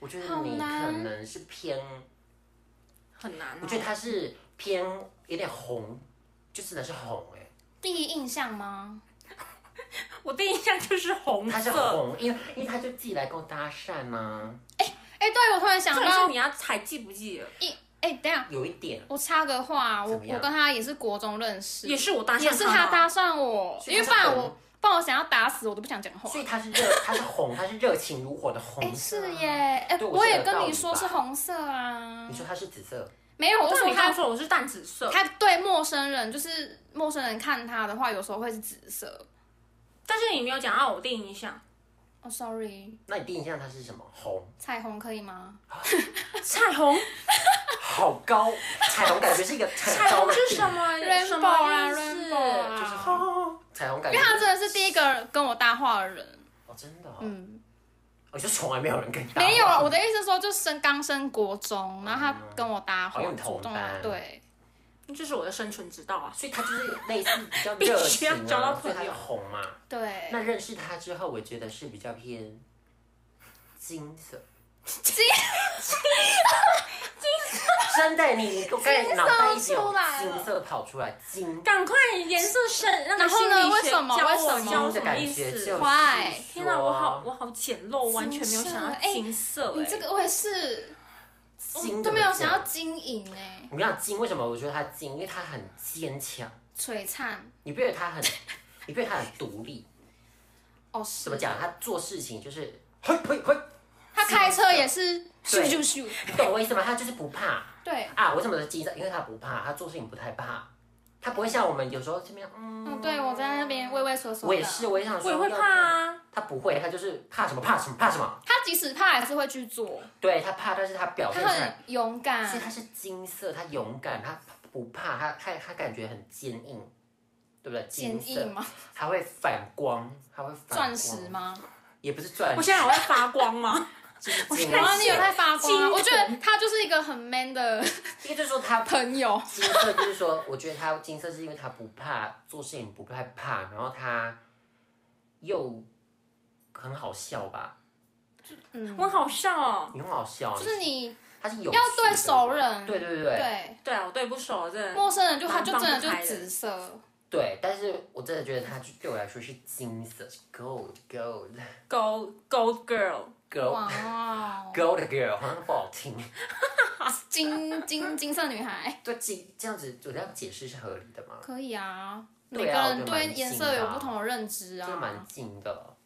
[SPEAKER 1] 我觉得
[SPEAKER 2] 好
[SPEAKER 1] 你可
[SPEAKER 2] 难
[SPEAKER 1] 能是偏，
[SPEAKER 3] 很难、哦。
[SPEAKER 1] 我觉得他是偏有点红，就真的是红哎、
[SPEAKER 2] 第一印象吗？
[SPEAKER 3] 我第一印象就是红
[SPEAKER 1] 他是
[SPEAKER 3] 色。
[SPEAKER 1] 红，因为因为他就自己来跟我搭讪嘛，
[SPEAKER 2] 哎、对，我突然想
[SPEAKER 3] 重点是
[SPEAKER 2] 到
[SPEAKER 3] 你要还记不记得？
[SPEAKER 2] 一，哎、等一下，
[SPEAKER 1] 有一点，
[SPEAKER 2] 我插个话，我
[SPEAKER 1] 怎
[SPEAKER 2] 我
[SPEAKER 1] 么样
[SPEAKER 2] 跟他也是国中认识，
[SPEAKER 3] 也是我搭讪，
[SPEAKER 2] 也是他，搭讪我，
[SPEAKER 1] 所以
[SPEAKER 2] 因
[SPEAKER 1] 他是
[SPEAKER 2] 为不然
[SPEAKER 1] 红
[SPEAKER 2] 我不然我想要打死我都不想讲话。
[SPEAKER 1] 所以他是热，他是红，他是热情如火的
[SPEAKER 2] 哎、
[SPEAKER 1] 红色。啊
[SPEAKER 2] 是耶，哎、
[SPEAKER 1] 对我
[SPEAKER 2] 我
[SPEAKER 1] 是
[SPEAKER 2] 也
[SPEAKER 1] 有道
[SPEAKER 2] 跟
[SPEAKER 1] 理
[SPEAKER 2] 你说
[SPEAKER 1] 吧
[SPEAKER 2] 是红色啊
[SPEAKER 1] 你，说他是紫色，
[SPEAKER 2] 没有，我
[SPEAKER 3] 我
[SPEAKER 2] 就
[SPEAKER 3] 说
[SPEAKER 2] 说
[SPEAKER 3] 他
[SPEAKER 2] 他
[SPEAKER 3] 说我是淡紫色，
[SPEAKER 2] 他对陌生人，就是陌生人看他的话，有时候会是紫色。
[SPEAKER 3] 但是你没有讲到我第一印象， *laughs*
[SPEAKER 2] 哦、s o r r y
[SPEAKER 1] 那你第一印象他是什么？红，
[SPEAKER 2] 彩虹可以吗？
[SPEAKER 3] 彩虹，
[SPEAKER 1] 好高，彩虹感觉是一个很
[SPEAKER 3] *laughs* 彩
[SPEAKER 1] 高
[SPEAKER 3] 虹
[SPEAKER 1] 的
[SPEAKER 3] 是
[SPEAKER 1] 顶
[SPEAKER 3] 什？么什
[SPEAKER 2] Rainbow
[SPEAKER 3] 么
[SPEAKER 2] 啊
[SPEAKER 3] 意思？
[SPEAKER 2] ，Rainbow 啊
[SPEAKER 1] 就是哦，彩虹感
[SPEAKER 2] 因
[SPEAKER 1] 觉
[SPEAKER 2] 为他真的是第一个跟我搭话的人。
[SPEAKER 1] 哦，真的、哦，
[SPEAKER 2] 嗯，
[SPEAKER 1] 我就从来没有人跟你搭话
[SPEAKER 2] 没
[SPEAKER 3] 啊
[SPEAKER 2] 有啊了。我的意思是说，就升刚升国中，然后他跟我搭话，
[SPEAKER 1] 好像
[SPEAKER 2] 主
[SPEAKER 1] 哦同
[SPEAKER 2] 动
[SPEAKER 1] 班
[SPEAKER 2] 对，
[SPEAKER 3] 这是我的生存之道啊！
[SPEAKER 1] 所以他就是类似比较热情、啊，
[SPEAKER 3] *laughs* 必须要找到
[SPEAKER 1] 所以
[SPEAKER 3] 朋友
[SPEAKER 1] 他就红嘛。
[SPEAKER 2] 对，
[SPEAKER 1] 那认识他之后，我觉得是比较偏金色。
[SPEAKER 2] 金
[SPEAKER 1] 真的，你我刚才脑袋一直有
[SPEAKER 2] 金色出来了
[SPEAKER 1] 金色跑出来，金
[SPEAKER 3] 赶快颜色深，让
[SPEAKER 2] 然后呢为什么为什么
[SPEAKER 3] 教我
[SPEAKER 1] 的
[SPEAKER 3] 什么
[SPEAKER 1] 感
[SPEAKER 3] 意
[SPEAKER 1] 觉
[SPEAKER 3] 思？
[SPEAKER 1] 就是
[SPEAKER 2] 快
[SPEAKER 3] 天哪，我好
[SPEAKER 1] 说
[SPEAKER 3] 我好简陋，完全没有想到
[SPEAKER 2] 哎
[SPEAKER 3] 金色、哎，
[SPEAKER 2] 你这个我也是，
[SPEAKER 1] 金
[SPEAKER 2] 都没有想
[SPEAKER 1] 要。
[SPEAKER 2] 要经营哎，
[SPEAKER 1] 我跟你讲金，为什么我觉得他金？因为他很坚强，
[SPEAKER 2] 璀璨
[SPEAKER 1] 你不觉得他很，你不觉得他很独立？
[SPEAKER 2] 哦，是
[SPEAKER 1] 怎么？讲？他做事情就是嘿嘿嘿，
[SPEAKER 2] 他开车也是咻
[SPEAKER 1] 对
[SPEAKER 2] 咻咻，
[SPEAKER 1] 你懂我意思吗？他就是不怕。
[SPEAKER 2] 对，
[SPEAKER 1] 啊，为什么是金色？因为他不怕，他做事情不太怕，他不会像我们有时候这边，嗯，
[SPEAKER 2] 嗯，对我在那边畏畏缩缩的，
[SPEAKER 1] 我也是，我也想
[SPEAKER 3] 我
[SPEAKER 1] 说，
[SPEAKER 3] 也会怕啊，
[SPEAKER 1] 他不会，他就是怕什么怕什么怕什么，
[SPEAKER 2] 他即使怕还是会去做，
[SPEAKER 1] 对他怕，但是他表
[SPEAKER 2] 他
[SPEAKER 1] 哦现出
[SPEAKER 2] 很
[SPEAKER 1] 来，
[SPEAKER 2] 勇
[SPEAKER 1] 所以他
[SPEAKER 2] 敢，
[SPEAKER 1] 是金色，他勇敢，他不怕，他他他感觉很坚硬，对不对？
[SPEAKER 2] 坚
[SPEAKER 1] 金色
[SPEAKER 2] 硬，吗？
[SPEAKER 1] 还会反光，还会反光
[SPEAKER 2] 钻石？吗？
[SPEAKER 1] 也不是钻石，
[SPEAKER 3] 我现在还会发光吗？啊
[SPEAKER 1] 我
[SPEAKER 2] 然后你有在发
[SPEAKER 3] 惊
[SPEAKER 2] 光啊、
[SPEAKER 3] 人
[SPEAKER 2] 我觉得他就是一个很 man 的
[SPEAKER 1] 一个就是说他
[SPEAKER 2] 朋友，
[SPEAKER 1] 金色，就是说我觉得他金色是因为他不怕做事情不害怕，然后他又很好笑吧，
[SPEAKER 2] 嗯，
[SPEAKER 3] *laughs* 我好笑哦。
[SPEAKER 1] 你很好笑，
[SPEAKER 2] 就是你
[SPEAKER 1] 他是有
[SPEAKER 2] 要
[SPEAKER 1] 趣的
[SPEAKER 2] 对熟，人，
[SPEAKER 1] 对对对对
[SPEAKER 2] 对
[SPEAKER 3] 对啊，我对不熟，真的。
[SPEAKER 2] 陌生人就他
[SPEAKER 3] 蛮
[SPEAKER 2] 就
[SPEAKER 3] 放
[SPEAKER 2] 真的
[SPEAKER 3] 不
[SPEAKER 2] 就
[SPEAKER 3] 开的
[SPEAKER 2] 紫色，
[SPEAKER 1] 对，但是我真的觉得他对我来说是金色是，gold gold
[SPEAKER 3] Go Go Girl，
[SPEAKER 1] *laughs* gold
[SPEAKER 2] 哇哦，
[SPEAKER 1] gold girl，好像不好听。
[SPEAKER 2] 金金金色女孩，
[SPEAKER 1] 对，这这样子我这样解释是合理的吗？
[SPEAKER 2] 可以啊，每
[SPEAKER 1] 对
[SPEAKER 2] 个
[SPEAKER 1] 啊
[SPEAKER 2] 人
[SPEAKER 1] 我觉得蛮
[SPEAKER 2] 对颜
[SPEAKER 1] 近
[SPEAKER 2] 色
[SPEAKER 1] 的
[SPEAKER 2] 有
[SPEAKER 1] 啊
[SPEAKER 2] 不同的认知
[SPEAKER 1] 这蛮
[SPEAKER 2] 啊，
[SPEAKER 1] 近的，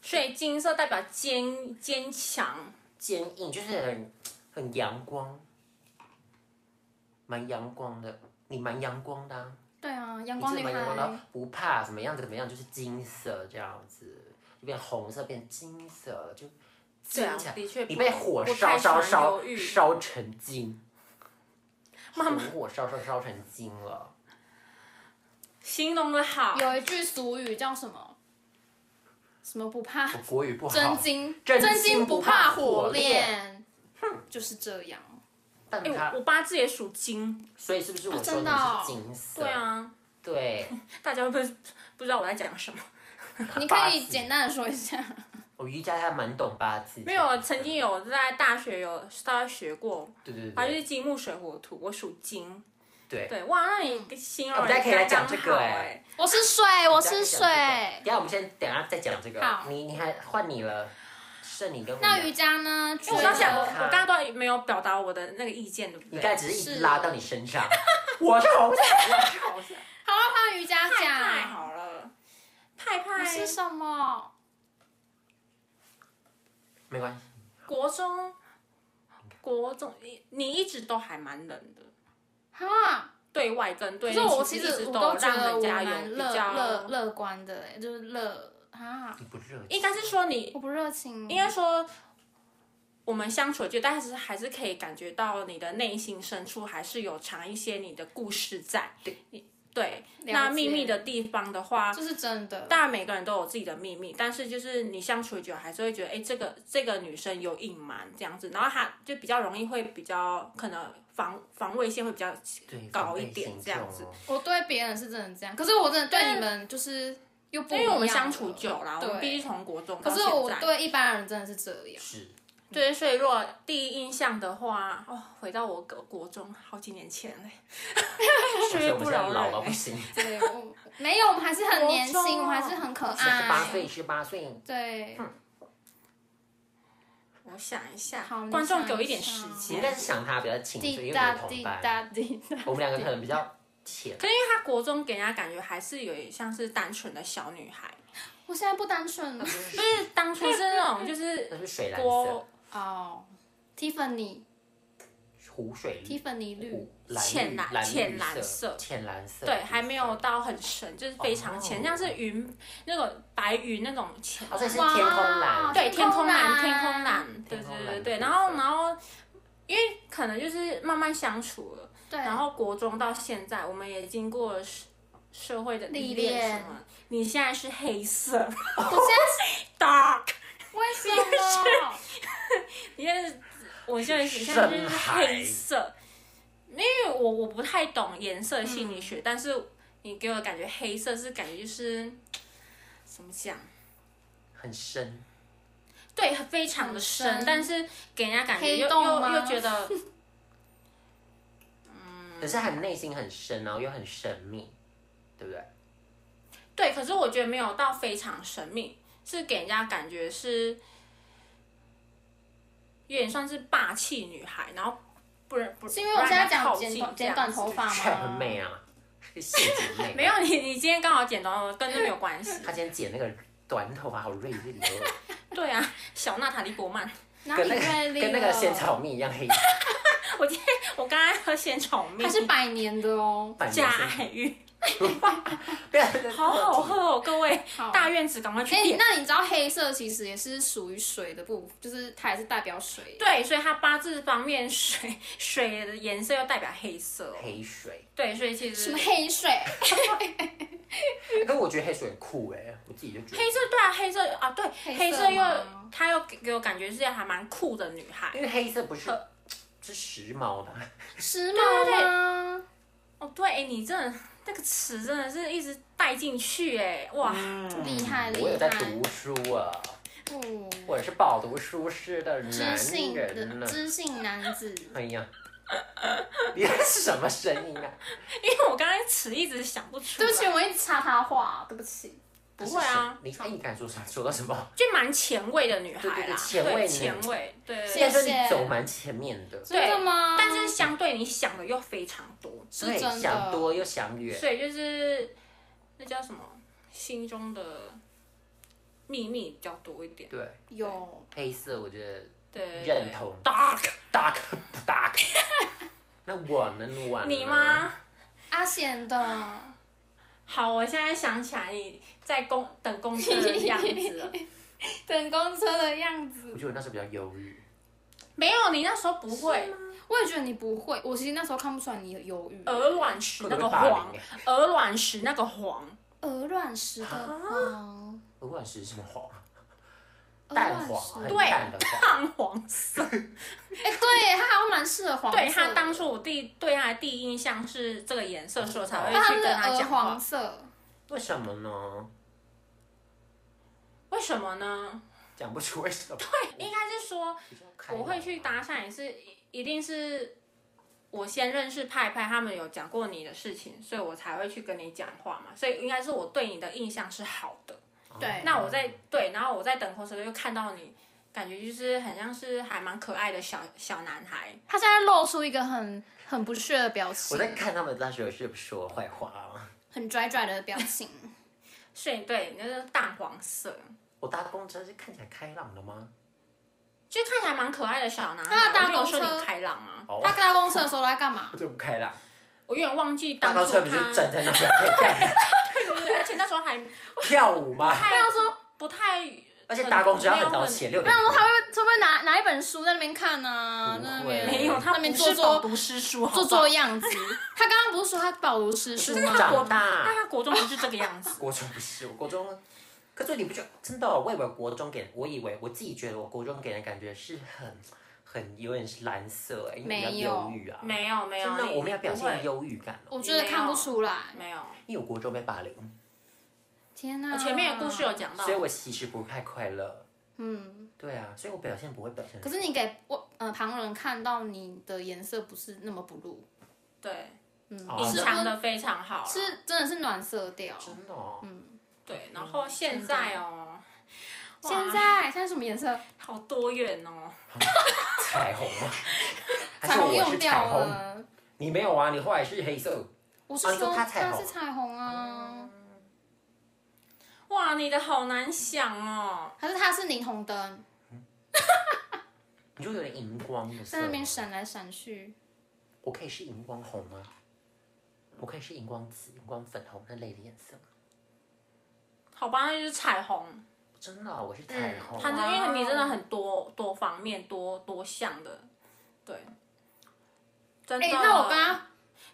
[SPEAKER 3] 所以金色代表坚坚强，
[SPEAKER 1] 坚硬就是很很阳光，蛮阳光的，你蛮阳光的、啊。
[SPEAKER 2] 对啊，阳
[SPEAKER 1] 你
[SPEAKER 2] 光
[SPEAKER 1] 自己
[SPEAKER 2] 女
[SPEAKER 1] 蛮阳光
[SPEAKER 2] 孩
[SPEAKER 1] 的，，不怕怎么样怎么样，就是金色这样子，就变红色变金色，就
[SPEAKER 3] 对啊
[SPEAKER 1] 金起来，
[SPEAKER 3] 的确不
[SPEAKER 1] 你被火
[SPEAKER 3] 不
[SPEAKER 1] 烧
[SPEAKER 3] 太喜
[SPEAKER 1] 烧
[SPEAKER 3] 欢
[SPEAKER 1] 烧
[SPEAKER 3] 忧郁
[SPEAKER 1] 烧成金，
[SPEAKER 3] *laughs* 妈妈
[SPEAKER 1] 红火烧烧烧成金了，
[SPEAKER 3] 形容的好，
[SPEAKER 2] 有一句俗语叫什么？什么不怕
[SPEAKER 1] 我国语不好，
[SPEAKER 2] 真金，
[SPEAKER 1] *laughs* 真
[SPEAKER 2] 真
[SPEAKER 1] 金
[SPEAKER 2] 金
[SPEAKER 1] 不
[SPEAKER 2] 不
[SPEAKER 1] 怕
[SPEAKER 2] 怕
[SPEAKER 1] 火
[SPEAKER 2] 火炼，就是这
[SPEAKER 1] *laughs*
[SPEAKER 2] 样。
[SPEAKER 1] 但
[SPEAKER 3] 哎、
[SPEAKER 1] 它
[SPEAKER 3] 我我啊八字也属金，
[SPEAKER 1] 所以是不是我
[SPEAKER 2] 哦
[SPEAKER 1] 说
[SPEAKER 2] 真的
[SPEAKER 1] 的
[SPEAKER 2] 哦
[SPEAKER 1] 是金色？
[SPEAKER 3] 对，啊，
[SPEAKER 1] 对，
[SPEAKER 3] 大家会不会不知道我在讲什么？
[SPEAKER 2] 你可
[SPEAKER 1] 八
[SPEAKER 2] 以
[SPEAKER 1] 字
[SPEAKER 2] 简单的说一下，
[SPEAKER 1] 我瑜伽还蛮懂八字，
[SPEAKER 3] 没有，啊曾经有在大学有大家学过，
[SPEAKER 1] 对对
[SPEAKER 3] 反正
[SPEAKER 1] 对
[SPEAKER 3] 就是金木水火土，我属金。
[SPEAKER 1] 对
[SPEAKER 3] 对，哇，那你形容
[SPEAKER 1] 我们大家可以来讲
[SPEAKER 3] 得
[SPEAKER 1] 这个
[SPEAKER 3] 刚好
[SPEAKER 1] 哎
[SPEAKER 3] 哎，
[SPEAKER 2] 我是水，我是
[SPEAKER 1] 这
[SPEAKER 2] 水
[SPEAKER 1] 个。等一下我们先等一下再讲这个
[SPEAKER 2] 好，
[SPEAKER 1] 你你还换你了，剩你跟我
[SPEAKER 2] 那
[SPEAKER 1] 们
[SPEAKER 2] 瑜伽呢？
[SPEAKER 3] 因为我刚
[SPEAKER 1] 哎想
[SPEAKER 3] 想，
[SPEAKER 2] 啊
[SPEAKER 3] 我我刚刚都没有表达我的那个意见，对不
[SPEAKER 1] 你
[SPEAKER 3] 对？
[SPEAKER 1] 刚才只是一直
[SPEAKER 2] 是
[SPEAKER 1] 拉到你身上，我是红色，我是红色。
[SPEAKER 2] 好了，换瑜伽
[SPEAKER 3] 派派
[SPEAKER 2] 讲。
[SPEAKER 3] 好了，派派
[SPEAKER 2] 你是什么？
[SPEAKER 1] 没关系，
[SPEAKER 3] 国中，国中你你一直都还蛮冷的，
[SPEAKER 2] 哈，
[SPEAKER 3] 对外跟对
[SPEAKER 2] 可
[SPEAKER 3] 内
[SPEAKER 2] 是我
[SPEAKER 3] 其
[SPEAKER 2] 其
[SPEAKER 3] 实一
[SPEAKER 2] 实
[SPEAKER 3] 直
[SPEAKER 2] 我
[SPEAKER 3] 都
[SPEAKER 2] 都觉
[SPEAKER 3] 让
[SPEAKER 2] 得
[SPEAKER 3] 人
[SPEAKER 2] 我
[SPEAKER 3] 家
[SPEAKER 2] 蛮
[SPEAKER 3] 有比
[SPEAKER 2] 乐乐
[SPEAKER 3] 较，
[SPEAKER 2] 乐观的，哎，就是乐哈，
[SPEAKER 1] 你不热情，
[SPEAKER 3] 应该是说你
[SPEAKER 2] 我不热情。
[SPEAKER 3] 应该说，我们相处就但是还是可以感觉到你的内心深处还是有藏一些你的故事在。对，对。
[SPEAKER 2] 解
[SPEAKER 3] 那秘密的地方的话，
[SPEAKER 2] 这是真的，
[SPEAKER 3] 当然每个人都有自己的秘密，但是就是你相处久，还是会觉得，哎，这个这个女生有隐瞒这样子，然后她就比较容易会比较可能防防卫线会比较
[SPEAKER 1] 对
[SPEAKER 3] 搞
[SPEAKER 1] 防
[SPEAKER 3] 一
[SPEAKER 1] 备
[SPEAKER 3] 点
[SPEAKER 1] 心
[SPEAKER 3] 这样
[SPEAKER 1] 重
[SPEAKER 3] 子
[SPEAKER 1] 哦
[SPEAKER 2] 我对别人是真的这样，可是我真的对
[SPEAKER 3] 但
[SPEAKER 2] 你们就是又不一
[SPEAKER 3] 因
[SPEAKER 2] 样了，
[SPEAKER 3] 为我们相处久了，我
[SPEAKER 2] 对
[SPEAKER 3] 们必须从国中到
[SPEAKER 2] 可
[SPEAKER 3] 现
[SPEAKER 2] 是我
[SPEAKER 3] 在。
[SPEAKER 2] 对一般人真的是这样，
[SPEAKER 1] 是
[SPEAKER 3] 对，所以如果第一印象的话，哦，回到我国国中好几年前嘞，
[SPEAKER 1] 所以
[SPEAKER 3] 岁月
[SPEAKER 1] 我们
[SPEAKER 3] 不
[SPEAKER 1] 现在
[SPEAKER 3] 饶
[SPEAKER 1] 老
[SPEAKER 3] 人
[SPEAKER 1] 了不
[SPEAKER 3] 欸。
[SPEAKER 1] 行，
[SPEAKER 2] 对，我没有，我们还是很年轻，
[SPEAKER 3] 国中啊
[SPEAKER 2] 我们还是很可
[SPEAKER 1] 十
[SPEAKER 3] 哎
[SPEAKER 1] 八岁，
[SPEAKER 2] 爱。
[SPEAKER 1] 十八岁，
[SPEAKER 3] 嗯
[SPEAKER 2] 对，
[SPEAKER 3] 我想一下
[SPEAKER 2] 好，你
[SPEAKER 3] 观众
[SPEAKER 2] 想
[SPEAKER 3] 给我
[SPEAKER 2] 一
[SPEAKER 3] 一哦点
[SPEAKER 2] 下
[SPEAKER 3] 时
[SPEAKER 1] 你应
[SPEAKER 3] 间。
[SPEAKER 1] 该是想他比较清楚，因
[SPEAKER 2] 滴
[SPEAKER 1] 为
[SPEAKER 2] 答
[SPEAKER 1] 我同
[SPEAKER 2] 滴
[SPEAKER 1] 班，
[SPEAKER 2] 答滴答，
[SPEAKER 1] 我们两个可能比较浅，
[SPEAKER 3] 可是因为她国中给人家感觉还是有点像是单纯的小女孩，
[SPEAKER 2] 我现在不单纯了
[SPEAKER 3] 就是当初是那种就
[SPEAKER 1] *laughs*
[SPEAKER 3] 是
[SPEAKER 1] 那是啊水蓝色
[SPEAKER 3] 国，
[SPEAKER 2] 哦。Tiffany，Tiffany
[SPEAKER 1] 湖水绿，
[SPEAKER 2] 绿
[SPEAKER 1] 湖，蓝
[SPEAKER 3] 浅
[SPEAKER 1] 绿
[SPEAKER 3] 蓝
[SPEAKER 1] 蓝
[SPEAKER 3] 浅
[SPEAKER 1] 绿
[SPEAKER 3] 蓝
[SPEAKER 1] 色，
[SPEAKER 3] 色
[SPEAKER 1] 浅蓝色，
[SPEAKER 3] 对，还没有到很深，就是非常
[SPEAKER 1] 哦
[SPEAKER 3] 浅，像是云那种白云那种浅。
[SPEAKER 1] 哦，所以是天空蓝，
[SPEAKER 2] 哇
[SPEAKER 3] 对，天空蓝，天
[SPEAKER 2] 天
[SPEAKER 3] 空
[SPEAKER 2] 空
[SPEAKER 3] 蓝
[SPEAKER 2] 蓝，
[SPEAKER 3] 对
[SPEAKER 1] 天空
[SPEAKER 3] 对
[SPEAKER 1] 蓝
[SPEAKER 3] 对对。
[SPEAKER 1] 的
[SPEAKER 3] 然后
[SPEAKER 1] 颜色
[SPEAKER 3] 然后，因为可能就是慢慢相处了。
[SPEAKER 2] 对，
[SPEAKER 3] 然后国中到现在，我们也经过了社社会的
[SPEAKER 2] 历
[SPEAKER 3] 历练
[SPEAKER 2] 练
[SPEAKER 3] 什么。你现在是黑色 *laughs*
[SPEAKER 2] 我现在
[SPEAKER 3] dark，
[SPEAKER 2] 为
[SPEAKER 3] *laughs*
[SPEAKER 2] 什么？
[SPEAKER 3] 你现在是，我现在是
[SPEAKER 1] 深
[SPEAKER 3] 现在就是
[SPEAKER 1] 海
[SPEAKER 3] 黑色，因为我我不太懂颜色心理学，
[SPEAKER 2] 嗯
[SPEAKER 3] 但是你给我的感觉黑色是感觉就是怎么讲？
[SPEAKER 1] 很深，
[SPEAKER 3] 对，非常的深，
[SPEAKER 2] 很深
[SPEAKER 3] 但是给人家感觉又
[SPEAKER 2] 黑洞
[SPEAKER 3] 又
[SPEAKER 2] 吗
[SPEAKER 3] 又
[SPEAKER 2] *laughs*
[SPEAKER 3] 觉得嗯
[SPEAKER 1] 可是很内心很深，然后又很神秘，对不对？
[SPEAKER 3] 对，可是我觉得没有到非常神秘，是给人家感觉是有点算是霸气女孩，然后不然不
[SPEAKER 2] 是因为我现在讲剪
[SPEAKER 3] 短
[SPEAKER 2] 短剪短头发
[SPEAKER 1] *laughs* 很
[SPEAKER 2] 吗？
[SPEAKER 1] 美啊，是陷阱妹，
[SPEAKER 3] *laughs* 没有你，你今天刚好剪短头发，跟这没有关
[SPEAKER 2] *laughs*
[SPEAKER 3] 系。
[SPEAKER 1] 他今天剪那个短头发好锐利哦，
[SPEAKER 3] 对啊，小娜塔莉波曼，
[SPEAKER 2] 哪
[SPEAKER 1] 跟
[SPEAKER 2] 里
[SPEAKER 1] 那
[SPEAKER 2] *laughs* 锐
[SPEAKER 1] 个
[SPEAKER 2] 利
[SPEAKER 1] 跟那个
[SPEAKER 2] 了
[SPEAKER 1] 仙草蜜一样黑，
[SPEAKER 3] 我刚刚喝鲜炒面
[SPEAKER 2] 它，是百年的哦。
[SPEAKER 1] 百
[SPEAKER 3] 加
[SPEAKER 1] 年仙
[SPEAKER 3] 海芋，
[SPEAKER 1] 对，
[SPEAKER 3] *laughs* 好好喝哦，各位
[SPEAKER 2] 好
[SPEAKER 3] 大院子赶快去
[SPEAKER 2] 哎、
[SPEAKER 3] 点。
[SPEAKER 2] 那你知道黑色其实也是属于水的部分，就是它也是代表水。
[SPEAKER 3] 对，所以它八字方面水 *laughs* 水的颜色又代表黑色哦、
[SPEAKER 1] 黑水，
[SPEAKER 3] 对，所以其
[SPEAKER 2] 什
[SPEAKER 3] 实
[SPEAKER 2] 么黑水？
[SPEAKER 1] 可我觉得黑色很酷哎、我自己就觉得，
[SPEAKER 3] 黑色对啊，黑色啊对，黑
[SPEAKER 2] 黑色
[SPEAKER 3] 色又
[SPEAKER 2] 吗
[SPEAKER 3] 她又给给我感觉是还蛮酷的女孩。
[SPEAKER 1] 因为黑色不是
[SPEAKER 2] 呃
[SPEAKER 1] 是时髦的，
[SPEAKER 2] *laughs* 时髦吗？
[SPEAKER 3] 哦，对，哎，你真的那个词真的是一直带进去，哎，哇，
[SPEAKER 2] 厉害
[SPEAKER 1] 嗯我有在
[SPEAKER 2] 厉害
[SPEAKER 1] 读书啊，
[SPEAKER 2] 不，
[SPEAKER 1] 我是饱读书诗的
[SPEAKER 2] 知
[SPEAKER 1] 男
[SPEAKER 2] 性
[SPEAKER 1] 人
[SPEAKER 2] 的
[SPEAKER 1] 呢。
[SPEAKER 2] 知性男子，
[SPEAKER 1] 哎呀，你这是什么声音啊？
[SPEAKER 3] *laughs* 因为我刚才词一直想不出
[SPEAKER 2] *laughs*
[SPEAKER 3] 来。
[SPEAKER 2] 对不起，我一直插他话， *laughs* 对不起。
[SPEAKER 3] 不会啊，
[SPEAKER 1] 你哎，你刚才说啥？说到什么？
[SPEAKER 3] 就蛮前卫的女啊孩
[SPEAKER 1] 对对
[SPEAKER 3] 啦，
[SPEAKER 1] 对前卫女
[SPEAKER 3] 对前卫，对。
[SPEAKER 1] 虽
[SPEAKER 2] 谢
[SPEAKER 1] 然说
[SPEAKER 2] 谢
[SPEAKER 1] 你走蛮前面的，
[SPEAKER 2] 真的吗？
[SPEAKER 3] 但是相对你想的又非常多，
[SPEAKER 2] 是
[SPEAKER 1] 对
[SPEAKER 2] 真
[SPEAKER 1] 想多
[SPEAKER 2] 的，
[SPEAKER 1] 又想远，
[SPEAKER 3] 所以就是那叫什么，心中的秘密比较多一点。
[SPEAKER 1] 对
[SPEAKER 2] 有
[SPEAKER 1] 黑色我觉得
[SPEAKER 3] 对，
[SPEAKER 1] 认同
[SPEAKER 3] 对。Dark，
[SPEAKER 1] dark 不 dark。那我能玩
[SPEAKER 3] 你吗？？
[SPEAKER 2] 阿贤的，
[SPEAKER 3] 好，我现在想起来你在公等公车的样子了。
[SPEAKER 2] 等公车的样
[SPEAKER 1] 我
[SPEAKER 2] 子。
[SPEAKER 1] 觉得我那时候比较忧郁，
[SPEAKER 3] 没有，你那时候不会
[SPEAKER 2] 我也觉得你不会，我其实那时候看不出来你有犹豫。
[SPEAKER 3] 鹅卵石那
[SPEAKER 1] 会不
[SPEAKER 3] 个
[SPEAKER 1] 会霸
[SPEAKER 3] 黄
[SPEAKER 1] 凌，
[SPEAKER 3] 鹅卵石那个黄，
[SPEAKER 2] 鹅卵石
[SPEAKER 3] 啊
[SPEAKER 2] 的黄，
[SPEAKER 1] 鹅卵石是什么黄？
[SPEAKER 2] 鹅
[SPEAKER 1] 淡
[SPEAKER 2] 卵
[SPEAKER 1] 黄，
[SPEAKER 2] 石
[SPEAKER 1] 很
[SPEAKER 3] 对
[SPEAKER 1] 淡的黄。
[SPEAKER 3] 淡黄色。
[SPEAKER 2] 哎，对，它好像蛮适合黄色的。
[SPEAKER 3] 对他当初我第对他的第一印象是这个颜色，所以我才会
[SPEAKER 2] 那它
[SPEAKER 3] 去
[SPEAKER 2] 哦是
[SPEAKER 3] 跟他
[SPEAKER 2] 鹅
[SPEAKER 3] 讲话
[SPEAKER 2] 黄。色，
[SPEAKER 1] 为什么呢？
[SPEAKER 3] 为什么呢？
[SPEAKER 1] 讲不出为什么。
[SPEAKER 3] 应该是说
[SPEAKER 1] 比较开朗
[SPEAKER 3] 我会去搭讪，也是一定是我先认识派派，他们有讲过你的事情，所以我才会去跟你讲话嘛。所以应该是我对你的印象是好的。
[SPEAKER 1] 哦
[SPEAKER 2] 对
[SPEAKER 3] 那我在对，然后我在等火车又看到你，感觉就是很像是还蛮可爱的小小男孩。
[SPEAKER 2] 它现在露出一个很很不屑的表
[SPEAKER 1] 我
[SPEAKER 2] 情，
[SPEAKER 1] 在看他们那时候是不是说坏话啊？
[SPEAKER 2] 很拽拽的表
[SPEAKER 1] *laughs*
[SPEAKER 2] 情。
[SPEAKER 3] 所以对，那就是淡黄色，
[SPEAKER 1] 我搭公车是看起来开朗的吗？
[SPEAKER 3] 就看起来蛮可爱的小男
[SPEAKER 1] 啊
[SPEAKER 3] 孩。
[SPEAKER 2] 那搭
[SPEAKER 3] 我没有
[SPEAKER 2] 公
[SPEAKER 3] 说
[SPEAKER 2] 车
[SPEAKER 3] 你开朗啊，
[SPEAKER 1] 哦，
[SPEAKER 2] 他搭公车的时候他在干嘛？
[SPEAKER 1] 我就不开朗。
[SPEAKER 3] 我有点忘记
[SPEAKER 1] 搭
[SPEAKER 3] 当
[SPEAKER 1] 公
[SPEAKER 3] 初
[SPEAKER 1] 车
[SPEAKER 3] 他，
[SPEAKER 1] 不是
[SPEAKER 3] *laughs*
[SPEAKER 1] 站在那边看
[SPEAKER 3] 而且那时
[SPEAKER 1] *laughs*
[SPEAKER 3] 候还
[SPEAKER 1] 跳舞
[SPEAKER 3] *laughs*
[SPEAKER 1] 吗？
[SPEAKER 3] 他要说不太，
[SPEAKER 1] 而且搭公车要很早起，六点
[SPEAKER 2] 那
[SPEAKER 1] 多。
[SPEAKER 2] 我还会会不会拿拿一本书在那边看呢？
[SPEAKER 1] 不
[SPEAKER 2] 在那
[SPEAKER 1] 会
[SPEAKER 2] 边
[SPEAKER 3] 没有，他
[SPEAKER 2] 那边
[SPEAKER 3] 不
[SPEAKER 2] 做
[SPEAKER 3] 是
[SPEAKER 2] 做
[SPEAKER 3] 饱读诗书，好不
[SPEAKER 2] 做
[SPEAKER 3] 好
[SPEAKER 2] 做。样子。他刚刚不是说他饱读诗书吗？
[SPEAKER 1] 长
[SPEAKER 3] 那
[SPEAKER 1] 大，，
[SPEAKER 3] 他国中不是这个样
[SPEAKER 1] *laughs*
[SPEAKER 3] 子
[SPEAKER 1] 国中不是，我国中，可是你不觉得真的哦、我以为国中给，我以为我自己觉得我国中给人感觉是很很有点是蓝色、欸，因为比较
[SPEAKER 2] 没有
[SPEAKER 1] 忧郁啊。
[SPEAKER 3] 没有没有，
[SPEAKER 1] 真的，
[SPEAKER 3] 你
[SPEAKER 1] 我们要表
[SPEAKER 3] 不会
[SPEAKER 1] 现忧郁感哦，
[SPEAKER 2] 我觉得嗯看不出来。
[SPEAKER 3] 没有。
[SPEAKER 1] 因为我国中被霸凌，
[SPEAKER 2] 天哪、
[SPEAKER 3] 我前面的故事有讲到
[SPEAKER 1] 所以，我其实不太快乐。
[SPEAKER 2] 嗯，
[SPEAKER 1] 对啊，所以我表现不会表现。
[SPEAKER 2] 可是你给我呃旁人看到你的颜色不是那么 blue，
[SPEAKER 3] 对，
[SPEAKER 1] 哦
[SPEAKER 3] 隐
[SPEAKER 1] 是
[SPEAKER 3] 藏的非常好啦，
[SPEAKER 2] 是真的是暖色调。
[SPEAKER 1] 真的哦，
[SPEAKER 2] 嗯
[SPEAKER 3] 对。然后现在哦，哇
[SPEAKER 2] 现在现在什么颜色？
[SPEAKER 3] 好多元哦，
[SPEAKER 1] 彩虹吗？还
[SPEAKER 2] 彩
[SPEAKER 1] 是
[SPEAKER 2] 虹
[SPEAKER 1] 我是
[SPEAKER 2] 用
[SPEAKER 1] 彩
[SPEAKER 2] 掉
[SPEAKER 1] 虹？
[SPEAKER 2] 了。
[SPEAKER 1] 你没有啊，你后来是黑色。
[SPEAKER 2] 我
[SPEAKER 1] 哦
[SPEAKER 2] 是
[SPEAKER 1] 你说
[SPEAKER 2] 说
[SPEAKER 1] 它彩虹
[SPEAKER 2] 是彩虹啊，
[SPEAKER 3] 哇，你的好难想哦，
[SPEAKER 2] 还是它是霓虹灯
[SPEAKER 1] 你就有点荧光的色
[SPEAKER 2] 在那，边闪来闪去？
[SPEAKER 1] 我可以是荧光红吗？我可以是荧光紫、荧光粉红那类的颜色吗
[SPEAKER 3] 好吧，那就是彩虹。
[SPEAKER 1] 真的啊、我是彩虹、
[SPEAKER 3] 他
[SPEAKER 1] 啊
[SPEAKER 3] 就因为你真的很多多方面、多多项的，对，真的。哦
[SPEAKER 2] 哎、那我刚刚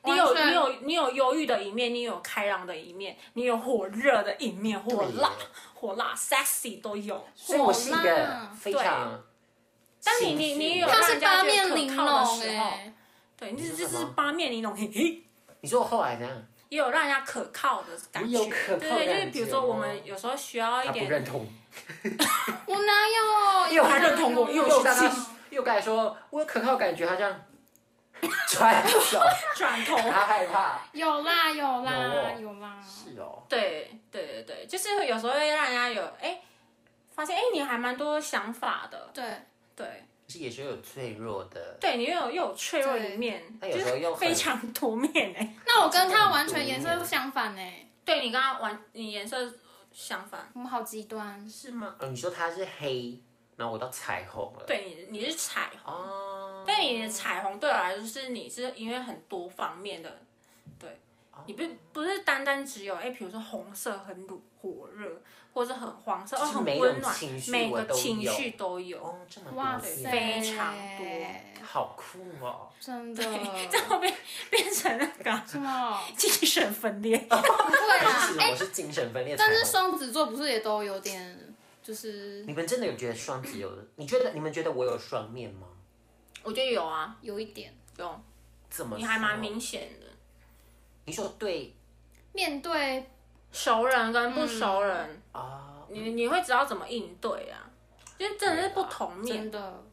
[SPEAKER 3] 你有
[SPEAKER 2] 完全
[SPEAKER 3] 你有你有忧郁的一面，你有开朗的一面，你有火热的一面，火
[SPEAKER 1] 对
[SPEAKER 3] 辣火辣 sexy 都有。
[SPEAKER 1] 所以我是一个非常
[SPEAKER 3] 但
[SPEAKER 1] 情绪，
[SPEAKER 3] 你你你有
[SPEAKER 2] 它
[SPEAKER 3] 让
[SPEAKER 2] 是
[SPEAKER 3] 人家
[SPEAKER 2] 八
[SPEAKER 3] 觉得
[SPEAKER 2] 面
[SPEAKER 3] 可
[SPEAKER 2] 玲
[SPEAKER 3] 靠的
[SPEAKER 2] 珑
[SPEAKER 3] 时候
[SPEAKER 2] 哎、
[SPEAKER 3] 对，你这
[SPEAKER 1] 你说
[SPEAKER 3] 这
[SPEAKER 1] 什
[SPEAKER 3] 是
[SPEAKER 1] 么
[SPEAKER 3] 八面玲珑，嘿嘿，
[SPEAKER 1] 你说我后来怎样？
[SPEAKER 3] 也有让人家可靠的感
[SPEAKER 1] 你
[SPEAKER 3] 觉。
[SPEAKER 1] 有可靠的
[SPEAKER 3] 对，就
[SPEAKER 1] 感
[SPEAKER 3] 是比如
[SPEAKER 1] 觉
[SPEAKER 3] 说我
[SPEAKER 1] 吗
[SPEAKER 3] 们有时候需要一
[SPEAKER 1] 他不
[SPEAKER 3] 点，
[SPEAKER 1] 认
[SPEAKER 3] *laughs*
[SPEAKER 1] 同，
[SPEAKER 2] 我哪有？
[SPEAKER 1] 因为我
[SPEAKER 2] 哪
[SPEAKER 1] 还认同我，因为我刚
[SPEAKER 3] 信
[SPEAKER 1] 刚又刚才说我有可靠感觉，他这样
[SPEAKER 3] *laughs*
[SPEAKER 1] 转手，
[SPEAKER 3] 转头
[SPEAKER 1] *laughs* 他害怕。
[SPEAKER 2] 有啦有啦
[SPEAKER 1] 有哦
[SPEAKER 2] 有啦，
[SPEAKER 1] 是哦，
[SPEAKER 3] 对对对对，就是有时候会让人家有哎，发现哎，你还蛮多想法的，
[SPEAKER 2] 对，
[SPEAKER 3] 对
[SPEAKER 1] 是也是有脆弱的，
[SPEAKER 3] 对，你又有又有脆弱一
[SPEAKER 2] 对
[SPEAKER 3] 面，
[SPEAKER 1] 他有时候
[SPEAKER 3] 就
[SPEAKER 1] 又
[SPEAKER 3] 是非
[SPEAKER 1] 很
[SPEAKER 3] 常多面哎、
[SPEAKER 2] 那我跟他完全颜色相反呢、
[SPEAKER 3] *laughs*
[SPEAKER 2] 哎
[SPEAKER 3] 对你刚刚玩你颜色相反，
[SPEAKER 2] 我们好极端。
[SPEAKER 1] 是吗？哦，你说他是黑，然后我到彩虹了，
[SPEAKER 3] 对你你是彩虹，
[SPEAKER 1] 哦，
[SPEAKER 3] 但你的彩虹对我来说是你是因为很多方面的，对，
[SPEAKER 1] 哦
[SPEAKER 3] 你不不是单单只有哎，比如说红色很鲁火热，或者很黄色哦，
[SPEAKER 1] 就是
[SPEAKER 3] 很
[SPEAKER 1] 每一
[SPEAKER 3] 温
[SPEAKER 1] 种
[SPEAKER 3] 暖
[SPEAKER 1] 情，绪
[SPEAKER 3] 每
[SPEAKER 1] 我
[SPEAKER 3] 个
[SPEAKER 1] 都
[SPEAKER 3] 情
[SPEAKER 1] 有
[SPEAKER 3] 绪都有。
[SPEAKER 1] 哦，这么
[SPEAKER 2] 哇
[SPEAKER 1] 多
[SPEAKER 2] 塞，
[SPEAKER 1] 变
[SPEAKER 3] 非常多
[SPEAKER 1] 好酷哦！
[SPEAKER 2] 真的，
[SPEAKER 3] 这样会变变成那个 *laughs*
[SPEAKER 2] 什么？
[SPEAKER 3] 精神分裂。
[SPEAKER 2] 不会啦
[SPEAKER 1] 是，
[SPEAKER 2] 哎、
[SPEAKER 1] 我是精神分裂才好，
[SPEAKER 2] 但是双子座不是也都有点，就是
[SPEAKER 1] 你们真的有觉得双子有？你觉得你们觉得我有双面吗？
[SPEAKER 3] 我觉得有啊，
[SPEAKER 2] 有一点
[SPEAKER 3] 有，
[SPEAKER 1] 怎么？
[SPEAKER 3] 你还蛮。明显的，
[SPEAKER 1] 你说对
[SPEAKER 2] 面对
[SPEAKER 3] 熟人跟不熟人，
[SPEAKER 1] 啊，
[SPEAKER 3] 你你会知道怎么应对啊，就是真的是不同
[SPEAKER 2] 真。
[SPEAKER 3] 面
[SPEAKER 2] 的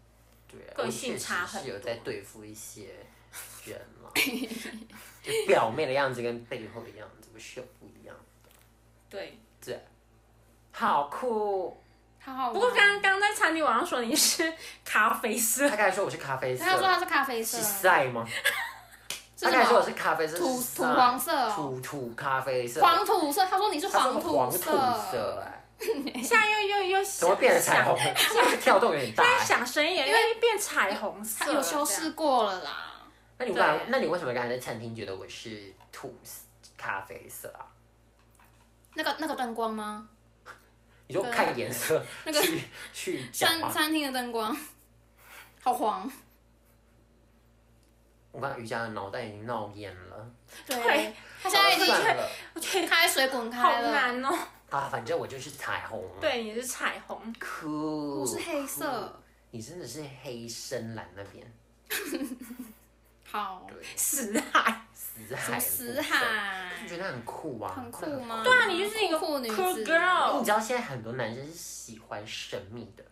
[SPEAKER 1] 对啊，
[SPEAKER 3] 个
[SPEAKER 1] 我
[SPEAKER 3] 性
[SPEAKER 1] 确实
[SPEAKER 3] 差很
[SPEAKER 1] 是有
[SPEAKER 3] 多
[SPEAKER 1] 在对付一些人
[SPEAKER 3] *laughs*
[SPEAKER 1] 了，就表面的样子跟背后的样子不是有不一样，
[SPEAKER 3] 对，
[SPEAKER 1] 好酷。
[SPEAKER 2] 好好玩。
[SPEAKER 3] 不过刚刚在餐厅网上说你是咖啡色 *laughs*
[SPEAKER 1] 他，刚才说我是咖啡色，
[SPEAKER 2] 他说他是咖啡色
[SPEAKER 1] 是，晒吗？
[SPEAKER 2] 是
[SPEAKER 1] 他刚才
[SPEAKER 2] 什
[SPEAKER 1] 说我
[SPEAKER 2] 么？
[SPEAKER 1] 是咖啡色，
[SPEAKER 2] 土
[SPEAKER 1] 是
[SPEAKER 2] 土
[SPEAKER 1] 晒
[SPEAKER 2] 黄色哦，
[SPEAKER 1] 土土咖啡色，
[SPEAKER 2] 黄土色。他说你是
[SPEAKER 1] 他说我
[SPEAKER 2] 土
[SPEAKER 1] 黄土色，哎，
[SPEAKER 3] 现在又又又
[SPEAKER 1] 怎么变成彩虹？
[SPEAKER 2] *laughs*
[SPEAKER 3] 想
[SPEAKER 1] 现在跳动有点大。哎
[SPEAKER 3] 想深一点，因为变彩虹
[SPEAKER 2] 他
[SPEAKER 3] 色，
[SPEAKER 2] 有修饰。过了啦。
[SPEAKER 1] 那你刚
[SPEAKER 3] 对
[SPEAKER 1] 那你为什么刚才在餐厅觉得我是土咖啡色啊？
[SPEAKER 2] 那个那个灯光吗？
[SPEAKER 1] 你就看颜色
[SPEAKER 2] 那个
[SPEAKER 1] 去去讲
[SPEAKER 2] 餐
[SPEAKER 1] 吗？
[SPEAKER 2] 餐厅的灯光， *laughs* 好黄。
[SPEAKER 1] 我刚刚瑜伽的脑袋已经闹厌了，
[SPEAKER 2] 对
[SPEAKER 3] 对，
[SPEAKER 2] 他现在已经
[SPEAKER 1] 算了
[SPEAKER 3] 我觉得
[SPEAKER 2] 开水滚
[SPEAKER 3] 好
[SPEAKER 2] 开了。
[SPEAKER 3] 难哦。
[SPEAKER 1] 啊，反正我就是彩虹。，
[SPEAKER 3] 对，你是彩虹，
[SPEAKER 1] 酷。
[SPEAKER 2] 我是黑色。
[SPEAKER 1] 你真的是黑深蓝那边，
[SPEAKER 2] 好，
[SPEAKER 1] 嗯对，
[SPEAKER 3] 死
[SPEAKER 2] *laughs*
[SPEAKER 3] 海。
[SPEAKER 1] 死
[SPEAKER 2] 什
[SPEAKER 1] 海
[SPEAKER 2] 么
[SPEAKER 1] 的部
[SPEAKER 2] 死
[SPEAKER 1] 分，
[SPEAKER 2] 海
[SPEAKER 1] 就觉得很酷啊，
[SPEAKER 2] 很酷吗？
[SPEAKER 3] 对啊你就是一个
[SPEAKER 2] 酷酷女
[SPEAKER 3] cool
[SPEAKER 2] 子
[SPEAKER 3] girl
[SPEAKER 1] 你知道现在很多男生是喜欢神秘的，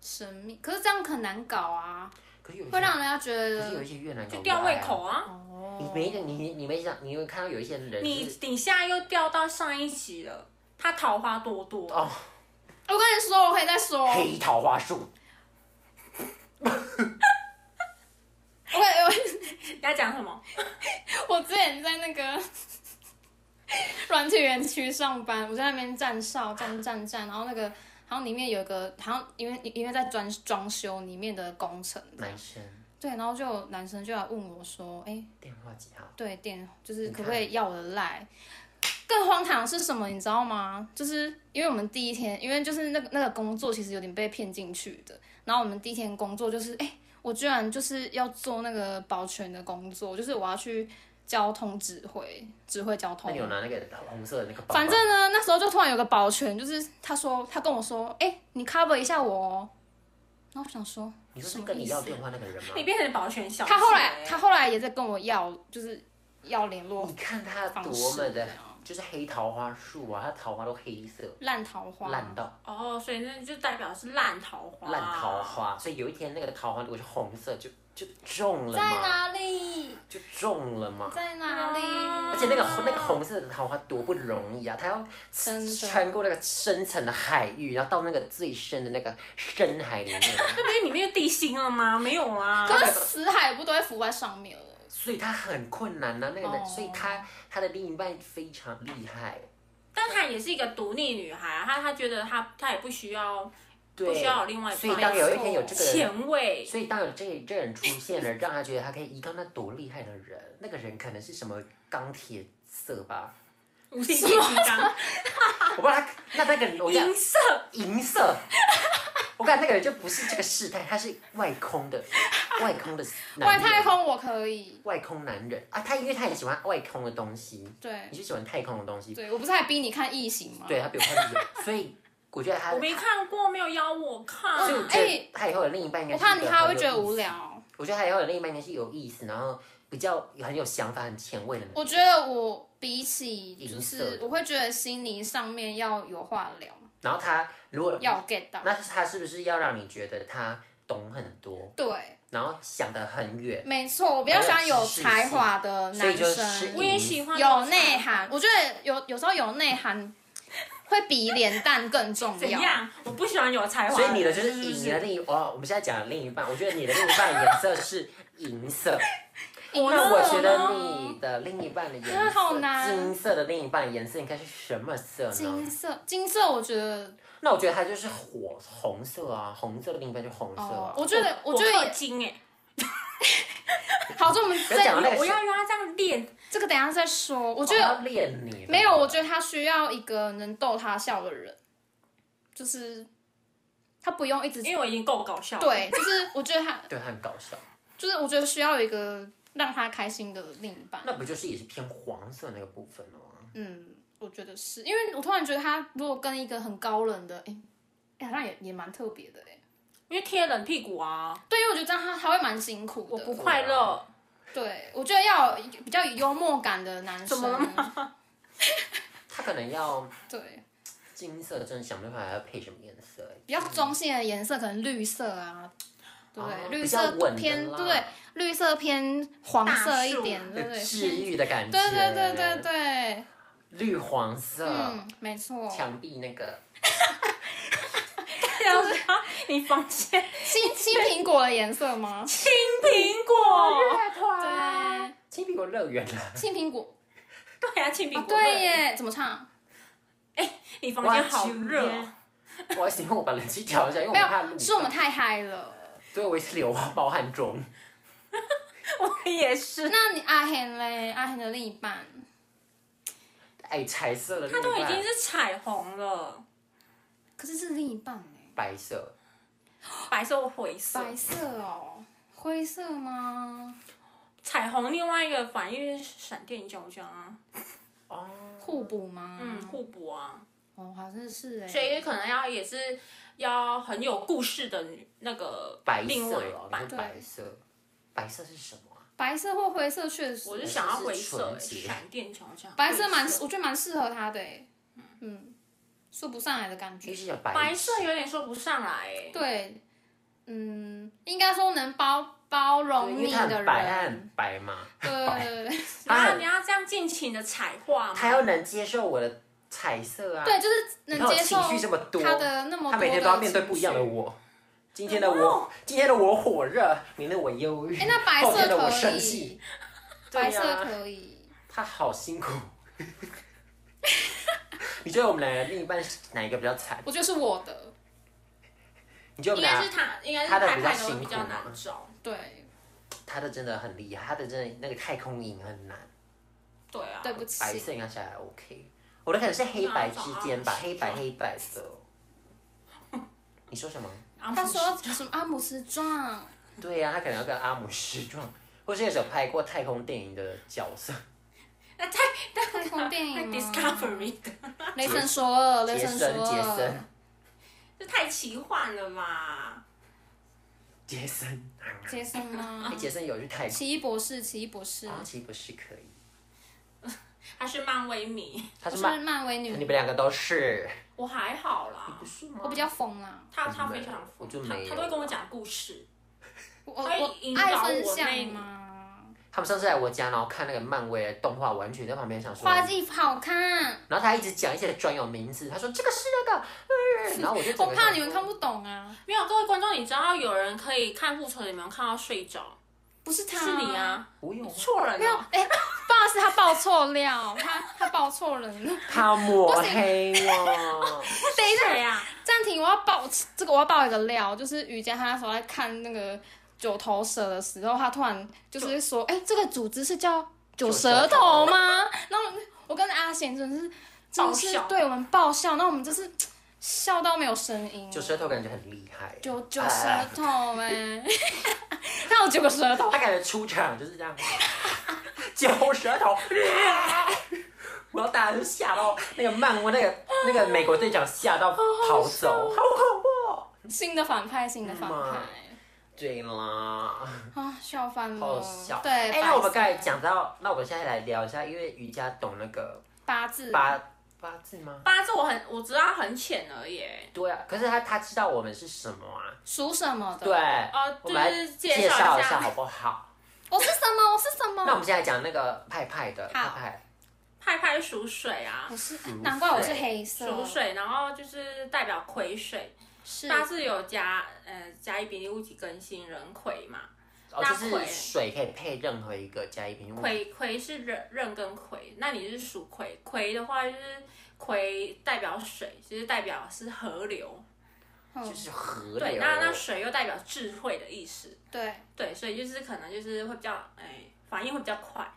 [SPEAKER 2] 神秘。可是这样很难搞啊，
[SPEAKER 1] 可是有一些
[SPEAKER 2] 会让人家觉
[SPEAKER 1] 可是有
[SPEAKER 2] 得
[SPEAKER 1] 一些越南搞
[SPEAKER 3] 就
[SPEAKER 1] 不
[SPEAKER 3] 吊
[SPEAKER 1] 来
[SPEAKER 3] 胃
[SPEAKER 1] 啊
[SPEAKER 3] 口。啊！
[SPEAKER 1] 你
[SPEAKER 2] 哦
[SPEAKER 1] 没你你你没想，你有看到有一些人
[SPEAKER 3] 你
[SPEAKER 1] 就是
[SPEAKER 3] 底下又掉到上一集了，他桃花多多。
[SPEAKER 1] 哦
[SPEAKER 2] 我跟你说，我可以再说。
[SPEAKER 1] 黑桃花树，
[SPEAKER 2] 我我
[SPEAKER 3] 你在讲什么？
[SPEAKER 2] 我之前在那个 *laughs* 软体园区上班，我在那边站哨站站站，然后那个好像里面有一个好像因为因为在装装修里面的工程，
[SPEAKER 1] 男生
[SPEAKER 2] 对，然后就有男生就来问我说，哎、
[SPEAKER 1] 电话几号？
[SPEAKER 2] 对电就是
[SPEAKER 1] 你
[SPEAKER 2] 可不可以要我的赖？更荒唐的是什么，你知道吗？就是因为我们第一天，因为就是那个那个工作其实有点被骗进去的。然后我们第一天工作就是，哎、我居然就是要做那个保全的工作，就是我要去交通指挥，指挥交
[SPEAKER 1] 那
[SPEAKER 2] 通
[SPEAKER 1] 你。有拿那个红色的那个包包？
[SPEAKER 2] 反正呢，那时候就突然有个保全，就是他说他跟我说，哎、你 cover 一下我哦。然后我想说，
[SPEAKER 1] 你说
[SPEAKER 2] 什
[SPEAKER 1] 是
[SPEAKER 2] 么
[SPEAKER 1] 跟你
[SPEAKER 2] 意
[SPEAKER 1] 要
[SPEAKER 2] 思
[SPEAKER 1] 电话那个人吗？
[SPEAKER 3] 你变成保全小姐。
[SPEAKER 2] 他后来他后来也在跟我要，就是要联络
[SPEAKER 1] 你看他
[SPEAKER 2] 方
[SPEAKER 1] 多么
[SPEAKER 2] 式这
[SPEAKER 1] 的，
[SPEAKER 2] 样，
[SPEAKER 1] 就是黑桃花树啊，他桃花都黑色，
[SPEAKER 2] 烂桃花，
[SPEAKER 1] 烂到
[SPEAKER 3] 哦，所以那就代表是烂桃花。
[SPEAKER 1] 烂桃。花。所以有一天那个桃花如果是红色，就就中了
[SPEAKER 2] 在
[SPEAKER 1] 嘛，
[SPEAKER 2] 哪里？
[SPEAKER 1] 就中了嘛。
[SPEAKER 2] 在哪里？
[SPEAKER 1] 而且那个那个红色的桃花多不容易啊！它要
[SPEAKER 2] 真的
[SPEAKER 1] 穿过那个深层的海域，然后到那个最深的那个深海里面，啊
[SPEAKER 3] 那不是里面有地心了吗？没有啊。
[SPEAKER 2] 可是死海不都会浮在上面了？
[SPEAKER 1] 所以它很困难呐、啊那个人
[SPEAKER 2] 哦
[SPEAKER 1] 所以他他的另一半非常厉害，
[SPEAKER 3] 但她也是一个独立女孩啊，她她觉得她她也不需要
[SPEAKER 1] 对，
[SPEAKER 3] 不需要有另外一半
[SPEAKER 1] 所以当有一天有这个人
[SPEAKER 3] 前卫，
[SPEAKER 1] 所以当有这这人出现了，让他觉得他可以依靠那多厉害的人，那个人可能是什么钢铁色吧？
[SPEAKER 3] 无敌金刚，
[SPEAKER 1] 我不知道他那那个人，我讲
[SPEAKER 3] 银色，
[SPEAKER 1] 银色，我感觉那个人就不是这个世态，他是外空的，外空的男
[SPEAKER 2] 外
[SPEAKER 1] 人
[SPEAKER 2] 太，空我可以，
[SPEAKER 1] 外空男人啊，他因为他也喜欢外空的东西，
[SPEAKER 2] 对
[SPEAKER 1] 你就喜欢太空的东西，
[SPEAKER 2] 对，我不是还逼你看异形吗？
[SPEAKER 1] 对他比我快乐，所以我觉得他
[SPEAKER 3] 我，没看过，没有邀我看
[SPEAKER 1] 所以。我觉得
[SPEAKER 2] 哎
[SPEAKER 1] 他以后的另一半应该
[SPEAKER 2] 我
[SPEAKER 1] 是一个
[SPEAKER 2] 怕
[SPEAKER 1] 很有
[SPEAKER 2] 你
[SPEAKER 1] 意思，
[SPEAKER 2] 他会觉得无聊。
[SPEAKER 1] 我觉得他以后的另一半应该是有意思，然后比较很有想法、很前卫的人。
[SPEAKER 2] 我觉得我比起就
[SPEAKER 1] 银色
[SPEAKER 2] 是
[SPEAKER 1] 的
[SPEAKER 2] 我会觉得心灵上面要有话聊，
[SPEAKER 1] 然后他如果
[SPEAKER 2] 要 get 到。
[SPEAKER 1] 那他是不是要让你觉得他懂很多，
[SPEAKER 2] 对，
[SPEAKER 1] 然后想得很远？
[SPEAKER 2] 没错，我比较喜欢有才华的
[SPEAKER 1] 所以
[SPEAKER 2] 男
[SPEAKER 1] 就
[SPEAKER 2] 生
[SPEAKER 1] 是。
[SPEAKER 3] 我也喜欢
[SPEAKER 2] 有内涵，我觉得有有时候有内涵会比脸蛋更重
[SPEAKER 3] 怎
[SPEAKER 2] 要。
[SPEAKER 3] 样？我不喜欢有才华。
[SPEAKER 1] 所以你的就是
[SPEAKER 2] 是不是
[SPEAKER 1] 你的另一哦，我们现在讲的另一半，我觉得你的另一半颜色是银色，
[SPEAKER 2] *laughs* 我
[SPEAKER 1] 那我觉
[SPEAKER 2] 呢
[SPEAKER 1] 得你的另一半的颜色，
[SPEAKER 2] 好难
[SPEAKER 1] 金色的另一半颜色应该是什么色
[SPEAKER 2] 金
[SPEAKER 1] 呢？
[SPEAKER 2] 色，金色，我觉得，
[SPEAKER 1] 那我觉得他就是火红色啊，红色的另一半就红色啊
[SPEAKER 2] 哦哦，。我觉得，
[SPEAKER 3] 我
[SPEAKER 2] 我觉得
[SPEAKER 3] 氪
[SPEAKER 2] 也，
[SPEAKER 3] 金哎，
[SPEAKER 2] 好，这我们
[SPEAKER 1] 不要讲了那
[SPEAKER 2] 这
[SPEAKER 1] 个
[SPEAKER 3] 我要让他这样练，
[SPEAKER 2] 这个等一下再说。我觉
[SPEAKER 1] 我
[SPEAKER 2] 得
[SPEAKER 1] 要练你。
[SPEAKER 2] 没有，我觉得他需要一个能逗他笑的人，就是他不用一直
[SPEAKER 3] 因为我已经够搞笑了。
[SPEAKER 2] 对，就是我觉得他
[SPEAKER 1] 对他很搞笑，
[SPEAKER 2] 就是我觉得需要有一个让他开心的另一半。
[SPEAKER 1] 那不就是也是偏黄色那个部分了吗？
[SPEAKER 2] 嗯，我觉得是因为我突然觉得他如果跟一个很高冷的，哎、哎好像也也蛮特别的哎、
[SPEAKER 3] 因为贴冷屁股啊，
[SPEAKER 2] 对，因为我觉得这样他他会蛮辛苦的。
[SPEAKER 3] 我不快乐。
[SPEAKER 2] 对，我觉得要有一个比较有幽默感的男生。
[SPEAKER 1] 他可能要
[SPEAKER 2] 对，
[SPEAKER 1] 金色，真的想不出来要配什么颜色、欸。
[SPEAKER 2] 比较中性的颜色，可能绿色啊，对不对？
[SPEAKER 1] 哦
[SPEAKER 2] 绿
[SPEAKER 1] 比较
[SPEAKER 2] 色
[SPEAKER 1] 稳的
[SPEAKER 2] 偏
[SPEAKER 1] 啦
[SPEAKER 2] 对不对？绿色偏黄色一点，
[SPEAKER 3] 大
[SPEAKER 2] 对不对？
[SPEAKER 1] 治愈的感觉。呃
[SPEAKER 2] 对对对对，对，
[SPEAKER 1] 绿黄色，
[SPEAKER 2] 嗯，没错。
[SPEAKER 1] 墙壁那个
[SPEAKER 3] *laughs* 啊你房间
[SPEAKER 2] 青青苹果的颜色
[SPEAKER 1] *laughs*
[SPEAKER 2] 吗？
[SPEAKER 3] 青苹果，
[SPEAKER 2] 对，
[SPEAKER 1] 青苹果乐园啊了。
[SPEAKER 2] 青苹果。
[SPEAKER 3] 对啊，青苹
[SPEAKER 2] 啊
[SPEAKER 3] 果，，
[SPEAKER 2] 对，耶，怎么唱？
[SPEAKER 3] 你房间好热哦，
[SPEAKER 1] *laughs* 我喜欢我把冷气调一下，因为我
[SPEAKER 2] 没
[SPEAKER 1] 怕
[SPEAKER 2] 有，
[SPEAKER 1] 录。
[SPEAKER 2] 是我们太嗨了。
[SPEAKER 1] 对，我也是流汗暴汗中。
[SPEAKER 3] 我也是。
[SPEAKER 2] 那你阿henn 嘞？阿 henn 的另一半，
[SPEAKER 1] 哎，彩色的，
[SPEAKER 3] 他都已经是彩虹了，
[SPEAKER 2] 可是是另一半哎，
[SPEAKER 1] 白色，
[SPEAKER 3] 白色或灰色，
[SPEAKER 2] 白色哦，灰色吗？
[SPEAKER 3] 彩虹另外一个反应是闪电九九啊，
[SPEAKER 1] 哦，
[SPEAKER 2] 互补吗？
[SPEAKER 3] 嗯，，互补啊，
[SPEAKER 2] 哦，好像是哎。
[SPEAKER 3] 所以可能要也是要很有故事的女那个
[SPEAKER 1] 白
[SPEAKER 3] 另外
[SPEAKER 1] 色
[SPEAKER 3] 一
[SPEAKER 1] 哦，
[SPEAKER 3] 半
[SPEAKER 1] 你说白色，白色是什么啊？
[SPEAKER 2] 白色或灰色确实，
[SPEAKER 3] 我是想要灰
[SPEAKER 1] 是
[SPEAKER 3] 色欸
[SPEAKER 1] 纯洁
[SPEAKER 3] 闪电球这样，
[SPEAKER 2] 白色蛮，我觉得蛮适合他的欸，嗯，说不上来的感
[SPEAKER 1] 就
[SPEAKER 2] 觉。
[SPEAKER 1] 是有白
[SPEAKER 3] 白色有点说不上来欸，
[SPEAKER 2] 对，嗯，应该说能包包
[SPEAKER 1] 对
[SPEAKER 2] 容
[SPEAKER 1] 因为
[SPEAKER 2] 你
[SPEAKER 1] 它
[SPEAKER 2] 的
[SPEAKER 1] 很白，它很
[SPEAKER 2] 人，
[SPEAKER 1] 白嘛，
[SPEAKER 2] 对
[SPEAKER 1] 它
[SPEAKER 3] 然后
[SPEAKER 1] 很
[SPEAKER 3] 啊你要这样尽情的彩画吗？
[SPEAKER 1] 他又能接受我的彩色啊，
[SPEAKER 2] 对，
[SPEAKER 1] *laughs*
[SPEAKER 2] 就是
[SPEAKER 1] 你
[SPEAKER 2] 能
[SPEAKER 1] 看我
[SPEAKER 2] 接受
[SPEAKER 1] 情绪这么多，
[SPEAKER 2] 他的那么多
[SPEAKER 1] 他每天都要面对不一样的
[SPEAKER 2] 情绪。
[SPEAKER 1] 我。今天的我，今天的我火热，明天我忧郁，
[SPEAKER 2] 哎，那白
[SPEAKER 1] 后天的我
[SPEAKER 2] 色可
[SPEAKER 1] 生气
[SPEAKER 2] 以，，
[SPEAKER 1] 对
[SPEAKER 2] 白
[SPEAKER 1] 啊
[SPEAKER 2] 色可以。
[SPEAKER 1] 他好辛苦。 *laughs* 你觉得我们俩的另一半是哪一个比较惨？
[SPEAKER 2] 我觉得是我的，
[SPEAKER 1] 你觉得我
[SPEAKER 3] 应
[SPEAKER 1] 们
[SPEAKER 3] 该
[SPEAKER 1] 俩
[SPEAKER 3] 是他，应该是
[SPEAKER 1] 他的
[SPEAKER 3] 派
[SPEAKER 1] 比较
[SPEAKER 3] 派都
[SPEAKER 1] 辛
[SPEAKER 3] 比
[SPEAKER 1] 苦
[SPEAKER 3] 较
[SPEAKER 1] 嘛
[SPEAKER 3] 难找。
[SPEAKER 2] 对，
[SPEAKER 1] 他的真的很厉害，他的真的那个太空影很难，
[SPEAKER 3] 对啊，
[SPEAKER 2] 对不起
[SPEAKER 1] 白，色应该是还 OK，我的可能是黑白之间吧，
[SPEAKER 3] 那
[SPEAKER 1] 黑白黑白色。你说
[SPEAKER 2] *laughs*
[SPEAKER 1] 什么？
[SPEAKER 3] 然后
[SPEAKER 2] 他说什么阿姆斯壮，
[SPEAKER 1] 对啊呀、他可能要跟阿姆斯壮，或是那种拍过太空电影的角色，
[SPEAKER 3] 那太太
[SPEAKER 2] 太空电
[SPEAKER 3] 太
[SPEAKER 2] 影吗
[SPEAKER 3] Discovery 的，
[SPEAKER 2] 雷神索尔，雷
[SPEAKER 1] 杰
[SPEAKER 2] 神
[SPEAKER 1] 森
[SPEAKER 2] 索
[SPEAKER 1] 杰
[SPEAKER 2] 尔
[SPEAKER 1] 森，
[SPEAKER 3] 这太奇幻了吧？
[SPEAKER 1] 杰森，
[SPEAKER 2] 杰森吗
[SPEAKER 1] 哎，？ *laughs* 杰森有去太空，
[SPEAKER 2] 奇异博士，奇异博士，
[SPEAKER 1] 啊，其实不是可以，
[SPEAKER 3] 他是漫威迷，
[SPEAKER 1] 他
[SPEAKER 2] 我
[SPEAKER 1] 是
[SPEAKER 2] 是
[SPEAKER 1] 漫，
[SPEAKER 2] 漫威
[SPEAKER 1] 你
[SPEAKER 2] 女，
[SPEAKER 1] 们两个都是，
[SPEAKER 3] 我还好啦
[SPEAKER 1] 不。是吗？
[SPEAKER 2] 我比较疯啦，
[SPEAKER 3] 他他
[SPEAKER 1] 我没
[SPEAKER 3] 非
[SPEAKER 1] 有
[SPEAKER 3] 常
[SPEAKER 1] 我就
[SPEAKER 3] 他
[SPEAKER 1] 没有
[SPEAKER 3] 他都会跟我讲故事，
[SPEAKER 2] 我我
[SPEAKER 3] 会
[SPEAKER 2] 我
[SPEAKER 3] 引导
[SPEAKER 2] 爱
[SPEAKER 3] 我
[SPEAKER 2] 分
[SPEAKER 3] 那
[SPEAKER 2] 享
[SPEAKER 3] 一
[SPEAKER 2] 嘛，
[SPEAKER 1] 他们上次来我家，然后看那个漫威的动画，完全在旁边想说，
[SPEAKER 2] 画技好看，
[SPEAKER 1] 然后他一直讲一些专有名字，他说这个是那个，
[SPEAKER 2] *laughs*
[SPEAKER 1] 嗯，然后我就整个
[SPEAKER 2] 我哦怕你们
[SPEAKER 1] 想
[SPEAKER 2] 看
[SPEAKER 1] 说
[SPEAKER 2] 不懂啊，
[SPEAKER 3] 没有各位观众，你知道有人可以看复仇，你们看到睡着，
[SPEAKER 2] 不是他，
[SPEAKER 3] 是你，啊，
[SPEAKER 1] 我有
[SPEAKER 3] 错人
[SPEAKER 2] 没有，
[SPEAKER 3] 了，
[SPEAKER 2] 哎，不好意思，他报错料，他他报错人了，
[SPEAKER 1] 他抹黑 *laughs* 我，
[SPEAKER 2] 等一下，
[SPEAKER 3] 谁呀？
[SPEAKER 2] 暂停，我要爆这个，我要爆一个料，就是瑜伽他那时候在看那个九头蛇的时候，他突然就是说，哎、这个组织是叫九舌头吗？然后我跟阿贤真的是真的
[SPEAKER 3] 爆
[SPEAKER 2] 是
[SPEAKER 3] 笑
[SPEAKER 2] 对我们爆笑，那我们就是嘖笑到没有声音，
[SPEAKER 1] 九舌头感觉很厉害，
[SPEAKER 2] 九九舌头哎、 *laughs* 他有九个舌头
[SPEAKER 1] 哎他，感觉出场就是这样， *laughs* 九舌头， *laughs* 我要大家都吓到那个漫威那个那个美国队长吓
[SPEAKER 2] 哦
[SPEAKER 1] 到逃走，好恐怖哦。
[SPEAKER 2] 新的反派，新的反派。
[SPEAKER 1] 对啦，
[SPEAKER 2] 啊，笑翻了！
[SPEAKER 3] 哦
[SPEAKER 1] 好笑。
[SPEAKER 2] 对，
[SPEAKER 1] 哎、
[SPEAKER 2] 白
[SPEAKER 1] 那我们
[SPEAKER 2] 色
[SPEAKER 1] 刚才讲到，那我们现在来聊一下，因为瑜伽懂那个
[SPEAKER 2] 八字，
[SPEAKER 1] 八八字吗？
[SPEAKER 3] 八字我很我知道很浅而已。
[SPEAKER 1] 对啊，可是他他知道我们是什么啊？
[SPEAKER 2] 属什么的？
[SPEAKER 1] 对，
[SPEAKER 3] 哦，
[SPEAKER 1] 我
[SPEAKER 3] 就
[SPEAKER 1] 们来
[SPEAKER 3] 是
[SPEAKER 1] 介
[SPEAKER 3] 介
[SPEAKER 1] 绍
[SPEAKER 3] 绍
[SPEAKER 1] 一
[SPEAKER 3] 一
[SPEAKER 1] 下好
[SPEAKER 3] 下
[SPEAKER 1] 不好？
[SPEAKER 2] 我是什么？我是什么？
[SPEAKER 1] 那我们现在讲那个派派的派
[SPEAKER 2] 好
[SPEAKER 1] 派，
[SPEAKER 3] 派派属水啊
[SPEAKER 2] 我，是
[SPEAKER 1] 水
[SPEAKER 2] 难怪我是黑色，
[SPEAKER 3] 属水，然后就是代表癸水，
[SPEAKER 2] 是
[SPEAKER 3] 大致有加呃甲乙丙丁戊己庚辛壬癸嘛，
[SPEAKER 1] 哦，
[SPEAKER 3] 那
[SPEAKER 1] 就是
[SPEAKER 3] 葵
[SPEAKER 1] 水可以配任何一个加一瓶物，
[SPEAKER 3] 癸癸是壬壬跟癸，那你是属癸，癸的话就是癸代表水，就是代表是河流，
[SPEAKER 1] 就是河
[SPEAKER 3] 对，
[SPEAKER 1] 流。
[SPEAKER 3] 那那水又代表智慧的意思，
[SPEAKER 2] 对，
[SPEAKER 3] 对，所以就是可能就是会比较哎、反应会比较快，